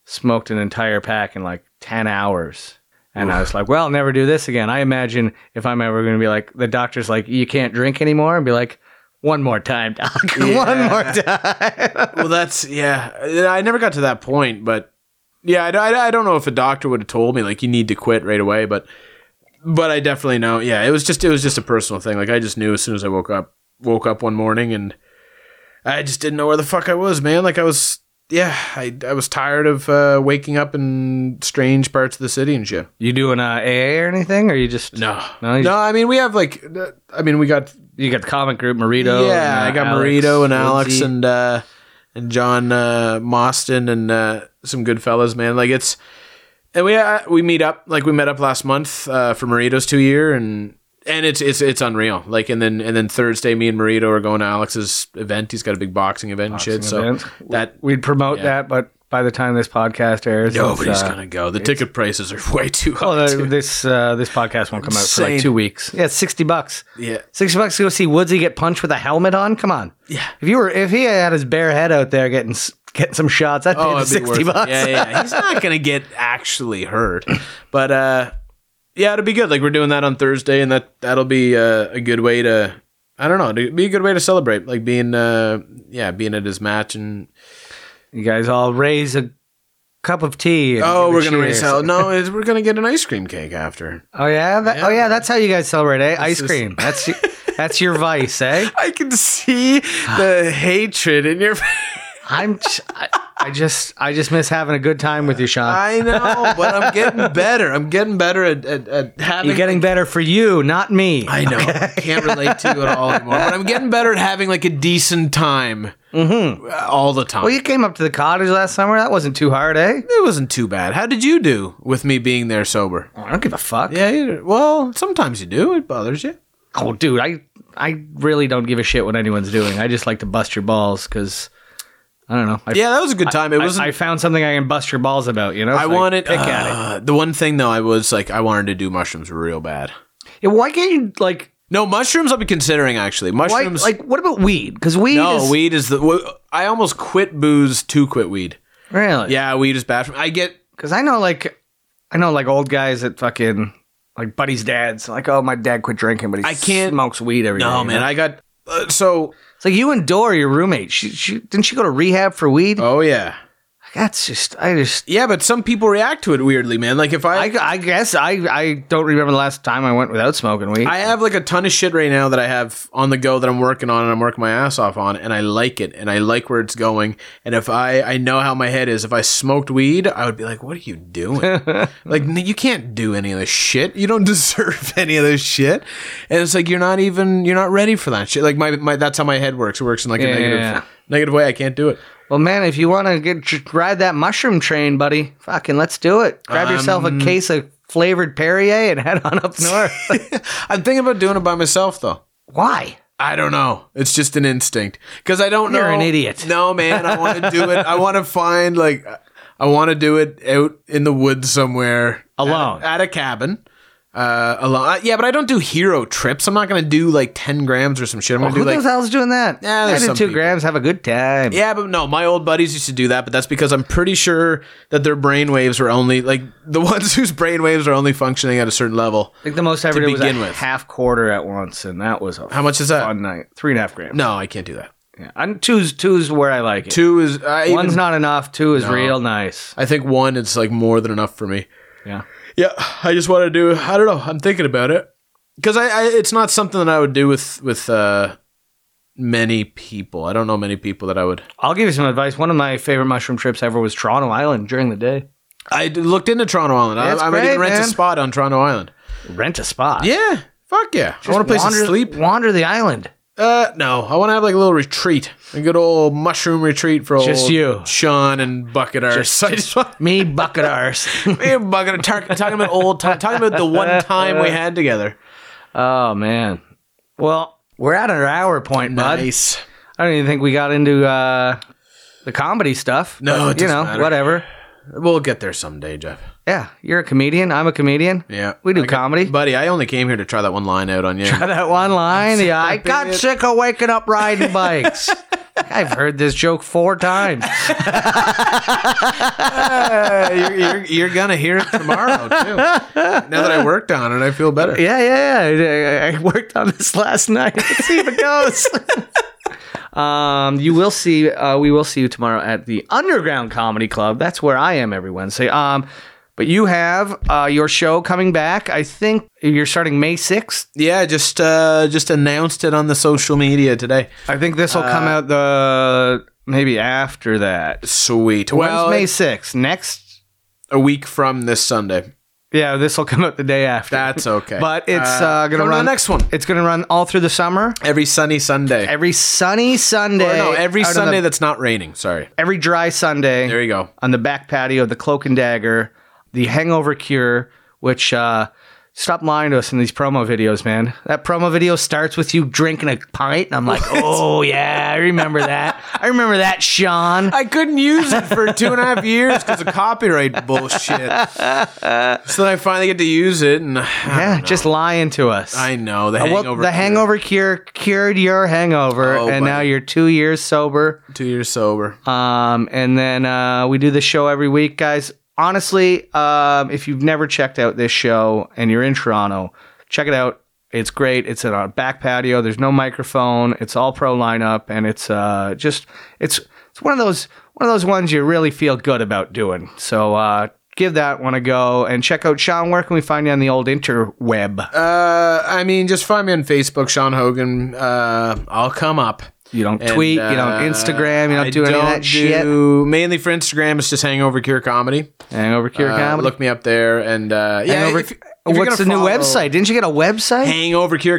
Speaker 2: smoked an entire pack in like ten hours, and I was like, "Well, I'll never do this again." I imagine if I'm ever going to be like the doctor's, like, "You can't drink anymore," and be like, "One more time, doc. One more time."
Speaker 3: well, that's yeah. I never got to that point, but yeah, I, I, I don't know if a doctor would have told me like you need to quit right away, but but I definitely know. Yeah, it was just it was just a personal thing. Like I just knew as soon as I woke up woke up one morning and I just didn't know where the fuck I was, man. Like I was yeah, I I was tired of uh, waking up in strange parts of the city and shit.
Speaker 2: you doing uh, AA or anything, or you just
Speaker 3: No,
Speaker 2: No,
Speaker 3: no,
Speaker 2: you-
Speaker 3: I mean we have like uh, I mean we got
Speaker 2: You got the comic group Marito.
Speaker 3: yeah,
Speaker 2: and, uh,
Speaker 3: I got
Speaker 2: Alex
Speaker 3: Marito and Alex
Speaker 2: Woodsy.
Speaker 3: and uh, and John uh, Mostyn and uh, some good fellas, man. Like it's and we uh, we meet up like we met up last month uh, for Marito's two year and and it's it's it's unreal. Like and then and then Thursday, me and Marito are going to Alex's event. He's got a big boxing event and shit.
Speaker 2: event.
Speaker 3: So that
Speaker 2: We'd promote
Speaker 3: Yeah.
Speaker 2: that, but by the time this podcast airs, it's,
Speaker 3: nobody's
Speaker 2: uh,
Speaker 3: gonna go. The ticket prices are way too high.
Speaker 2: Oh,
Speaker 3: too.
Speaker 2: th- this uh, this podcast won't come out for like
Speaker 3: Insane.
Speaker 2: two weeks. Yeah, it's sixty bucks.
Speaker 3: yeah.
Speaker 2: Sixty bucks to go see Woodsy get punched with a helmet on. Come on.
Speaker 3: Yeah.
Speaker 2: If you were, if he had his bare head out there getting s- getting some shots, I'd pay
Speaker 3: Oh,
Speaker 2: the
Speaker 3: it'd be worth
Speaker 2: sixty
Speaker 3: it.
Speaker 2: bucks.
Speaker 3: Yeah, yeah. He's not gonna get actually hurt, but uh, yeah, it'll be good. Like we're doing that on Thursday, and that that'll be uh, a good way to. I don't know. It'd be a good way to celebrate, like being, uh, yeah, being at his match, and
Speaker 2: You guys all raise a cup of tea. and
Speaker 3: oh,
Speaker 2: give a
Speaker 3: we're gonna
Speaker 2: cheers.
Speaker 3: raise hell. No, it's, we're gonna get an ice cream cake after.
Speaker 2: Oh yeah, that, oh yeah. That's how you guys celebrate, eh? Ice
Speaker 3: is-
Speaker 2: cream. That's That's your vice, eh?
Speaker 3: I can see the hatred in your face.
Speaker 2: I'm. j- I, I just. I just miss having a good time with you, Sean.
Speaker 3: I know, but I'm getting better. I'm getting better at, at, at having.
Speaker 2: You're getting better for you, not me.
Speaker 3: I know. Can't relate to you at all anymore. But I'm getting better at having like a decent time mm-hmm. all the time.
Speaker 2: Well, Oh, you came up to the cottage last summer. That wasn't too hard, eh?
Speaker 3: it wasn't too bad. How did you do with me being there sober?
Speaker 2: I don't give a fuck.
Speaker 3: Yeah, you- well, sometimes you do. It bothers you.
Speaker 2: Oh, dude, I I really don't give a shit what anyone's doing. I just like to bust your balls because I don't know. I,
Speaker 3: Yeah, that was a good time. It
Speaker 2: I-
Speaker 3: wasn't.
Speaker 2: I, found something I can bust your balls about. You know,
Speaker 3: I
Speaker 2: So
Speaker 3: wanted
Speaker 2: pick at
Speaker 3: uh, The one thing though, I was like, I wanted to do mushrooms real bad.
Speaker 2: it. Yeah, why can't you like?
Speaker 3: No, mushrooms. I've been considering actually.
Speaker 2: Why
Speaker 3: Mushrooms.
Speaker 2: like? What about weed? Because weed
Speaker 3: no,
Speaker 2: is
Speaker 3: weed is the. w- I almost quit booze to quit weed.
Speaker 2: really
Speaker 3: Yeah, weed is bad. For me. I get.
Speaker 2: Because I know like I know like old guys that fucking like buddy's dad's like oh my dad quit drinking but he
Speaker 3: I can't-
Speaker 2: smokes weed every day.
Speaker 3: No,
Speaker 2: you
Speaker 3: man,
Speaker 2: know?
Speaker 3: I got. Uh, so.
Speaker 2: it's like you and Dora, your roommate. She, she didn't she go to rehab for weed?
Speaker 3: Oh yeah.
Speaker 2: That's just I just
Speaker 3: Yeah, but some people react to it weirdly, man. Like if I,
Speaker 2: I,
Speaker 3: I,
Speaker 2: I guess I, I don't remember the last time I went without smoking weed.
Speaker 3: have like a ton of shit right now that I have on the go that I'm working on and I'm working my ass off on, and I like it and I like where it's going. And if I, I know how my head is. If I smoked weed, I would be like, "What are you doing? like n- you can't do any of this shit. You don't deserve any of this shit." And it's like you're not even, you're not ready for that shit. Like my, my that's how my head works. It works in like a
Speaker 2: Yeah,
Speaker 3: negative,
Speaker 2: yeah, yeah.
Speaker 3: negative way. I can't do it.
Speaker 2: well, man, if you want to get tr- ride that mushroom train, buddy, fucking let's do it. Grab yourself
Speaker 3: Um,
Speaker 2: a case of flavored Perrier and head on up north.
Speaker 3: I'm thinking about doing it by myself though.
Speaker 2: Why?
Speaker 3: I don't know. It's just an instinct because I don't
Speaker 2: You're
Speaker 3: know.
Speaker 2: an idiot.
Speaker 3: No, man. I want to do it. I want to find like I want to do it out in the woods somewhere
Speaker 2: Alone.
Speaker 3: at, at a cabin. Uh, alone. Yeah, but I don't do hero trips. I'm not gonna do like ten grams or some shit. I'm gonna
Speaker 2: Oh, Who
Speaker 3: do
Speaker 2: the
Speaker 3: like
Speaker 2: hell's doing that?
Speaker 3: Yeah, there's
Speaker 2: I did
Speaker 3: some
Speaker 2: two
Speaker 3: people.
Speaker 2: grams. Have a good time.
Speaker 3: yeah, but no, my old buddies used to do that, but that's because I'm pretty sure that their brain waves were only like the ones whose brain waves are only functioning at a certain level.
Speaker 2: I think the most I ever
Speaker 3: To
Speaker 2: did was a
Speaker 3: begin with.
Speaker 2: half quarter at once, and that was a
Speaker 3: How much is that?
Speaker 2: fun night. Three and a half grams.
Speaker 3: No, I can't do that.
Speaker 2: Yeah. And two's two's where I like it.
Speaker 3: Two is I
Speaker 2: One's
Speaker 3: even-
Speaker 2: not enough. Two is real nice.
Speaker 3: I think one is like more than enough for me.
Speaker 2: Yeah.
Speaker 3: Yeah, I just want to do. I don't know. I'm thinking about it because I, I it's not something that I would do with with uh, many people. I don't know many people that I would.
Speaker 2: I'll give you some advice. One of my favorite mushroom trips ever was Toronto Island during the day.
Speaker 3: I d- looked into Toronto Island.
Speaker 2: That's
Speaker 3: I, I'm ready
Speaker 2: great,
Speaker 3: to rent a
Speaker 2: man.
Speaker 3: spot on Toronto Island.
Speaker 2: Rent a spot.
Speaker 3: Yeah, fuck yeah. I want a place
Speaker 2: wander,
Speaker 3: to sleep.
Speaker 2: Wander the island.
Speaker 3: Uh, no, I want to have like a little retreat, a good old mushroom retreat for
Speaker 2: Just
Speaker 3: old
Speaker 2: you.
Speaker 3: Sean and Bucket Arse. I just want
Speaker 2: Me bucket arse.
Speaker 3: me and Bucket Arse talk- talking about old time, talking about the one time we had together.
Speaker 2: oh man. Well, we're at our hour point, bud.
Speaker 3: Nice.
Speaker 2: I don't even think we got into uh, the comedy stuff.
Speaker 3: No, it
Speaker 2: you
Speaker 3: doesn't
Speaker 2: know,
Speaker 3: matter.
Speaker 2: whatever.
Speaker 3: We'll get there someday, Jeff.
Speaker 2: Yeah, you're a comedian. I'm a comedian.
Speaker 3: Yeah.
Speaker 2: we do
Speaker 3: I got-
Speaker 2: comedy.
Speaker 3: Buddy, I only came here to try that one line out on you.
Speaker 2: that one line. Yeah, I got sick of waking up riding bikes. I've heard this joke four times.
Speaker 3: you're, you're, you're going to hear it tomorrow, too. Now that I worked on it, I feel better.
Speaker 2: Yeah, yeah, yeah. I- I worked on this last night. Let's see if it goes. um, you will see. Uh, we will see you tomorrow at the Underground Comedy Club. That's where I am every Wednesday. Um, but you have uh, your show coming back. I think you're starting May sixth.
Speaker 3: Yeah, just uh, just announced it on the social media today.
Speaker 2: I think this will come out the maybe after that.
Speaker 3: Sweet. Well,
Speaker 2: When's May
Speaker 3: it's
Speaker 2: sixth? Next.
Speaker 3: a week from this Sunday.
Speaker 2: Yeah, this will come out the day after.
Speaker 3: That's okay.
Speaker 2: But it's uh,
Speaker 3: come
Speaker 2: gonna
Speaker 3: to
Speaker 2: run
Speaker 3: the next one.
Speaker 2: It's gonna run all through the summer.
Speaker 3: Every sunny Sunday.
Speaker 2: Every sunny Sunday.
Speaker 3: Or no, every
Speaker 2: out on the-
Speaker 3: Sunday that's not raining. Sorry.
Speaker 2: every dry Sunday
Speaker 3: There you go.
Speaker 2: on the back patio of the Cloak and Dagger, the Hangover Cure, which uh, stop lying to us in these promo videos, man. That promo video starts with you drinking a pint, and I'm like, oh yeah, I remember that. I remember that, Sean.
Speaker 3: I couldn't use it for two and a half years because of copyright bullshit. So then I finally get to use it, and
Speaker 2: Yeah, just lying to us.
Speaker 3: I know the
Speaker 2: Uh, well,
Speaker 3: hangover.
Speaker 2: the hangover cure cured your hangover,
Speaker 3: Oh,
Speaker 2: and now
Speaker 3: buddy.
Speaker 2: you're two years sober.
Speaker 3: Two years sober.
Speaker 2: Um, and then uh, we do the show every week, guys. Honestly, um, if you've never checked out this show and you're in Toronto, check it out. It's great. It's in our back patio. There's no microphone. It's all pro lineup, and it's uh, just it's it's one of those one of those ones you really feel good about doing. So uh, give that one a go and check out Sean. Where can we find you on the old interweb?
Speaker 3: Uh, I mean, just find me on Facebook, Sean Hogan. Uh, I'll come up. uh,
Speaker 2: you don't tweet, you don't Instagram, you don't do any of that shit.
Speaker 3: shit. Mainly for Instagram, it's just Hangover Cure Comedy.
Speaker 2: Hangover Cure
Speaker 3: Uh,
Speaker 2: Comedy.
Speaker 3: Look me up there. And uh, yeah,
Speaker 2: Hangover-
Speaker 3: if- if you're
Speaker 2: what's the
Speaker 3: gonna
Speaker 2: new
Speaker 3: follow
Speaker 2: website? Didn't you get a website?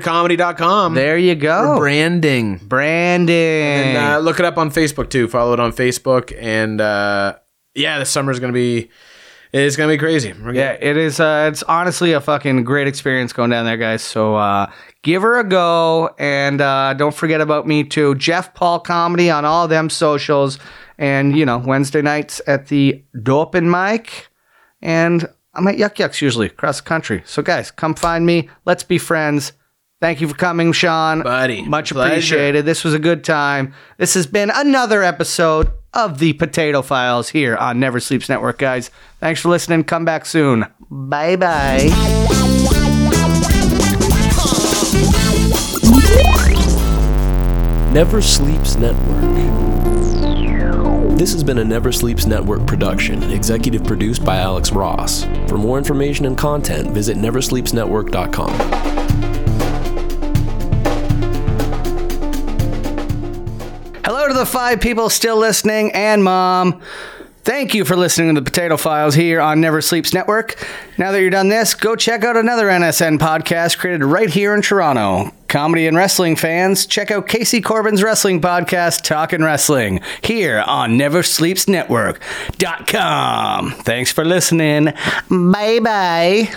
Speaker 3: HangoverCureComedy.com.
Speaker 2: there you go.
Speaker 3: We're branding.
Speaker 2: Branding.
Speaker 3: And uh, look it up on Facebook too. Follow it on Facebook. And uh, yeah, this summer's going to be. It's gonna be crazy. We're gonna-
Speaker 2: Yeah, it is. Uh, it's honestly a fucking great experience going down there, guys. So uh, give her a go, and uh, don't forget about me too. Jeff Paul comedy on all them socials, and you know Wednesday nights at the Dope and Mike, and I'm at Yuck Yucks usually across the country. So guys, come find me. Let's be friends. Thank you for coming, Sean.
Speaker 3: Buddy,
Speaker 2: Much
Speaker 3: pleasure.
Speaker 2: appreciated. This was a good time. This has been another episode of the Potato Files here on Never Sleeps Network, guys. Thanks for listening. Come back soon. Bye bye.
Speaker 5: Never Sleeps Network. This has been a Never Sleeps Network production, executive produced by Alex Ross. For more information and content, visit neversleepsnetwork.com.
Speaker 2: Hello to the five people still listening and mom. Thank you for listening to the Potato Files here on Never Sleeps Network. Now that you're done this, go check out another NSN podcast created right here in Toronto. Comedy and wrestling fans, check out Casey Corbin's wrestling podcast, Talkin' Wrestling, here on NeverSleepsNetwork.com. Thanks for listening. Bye bye.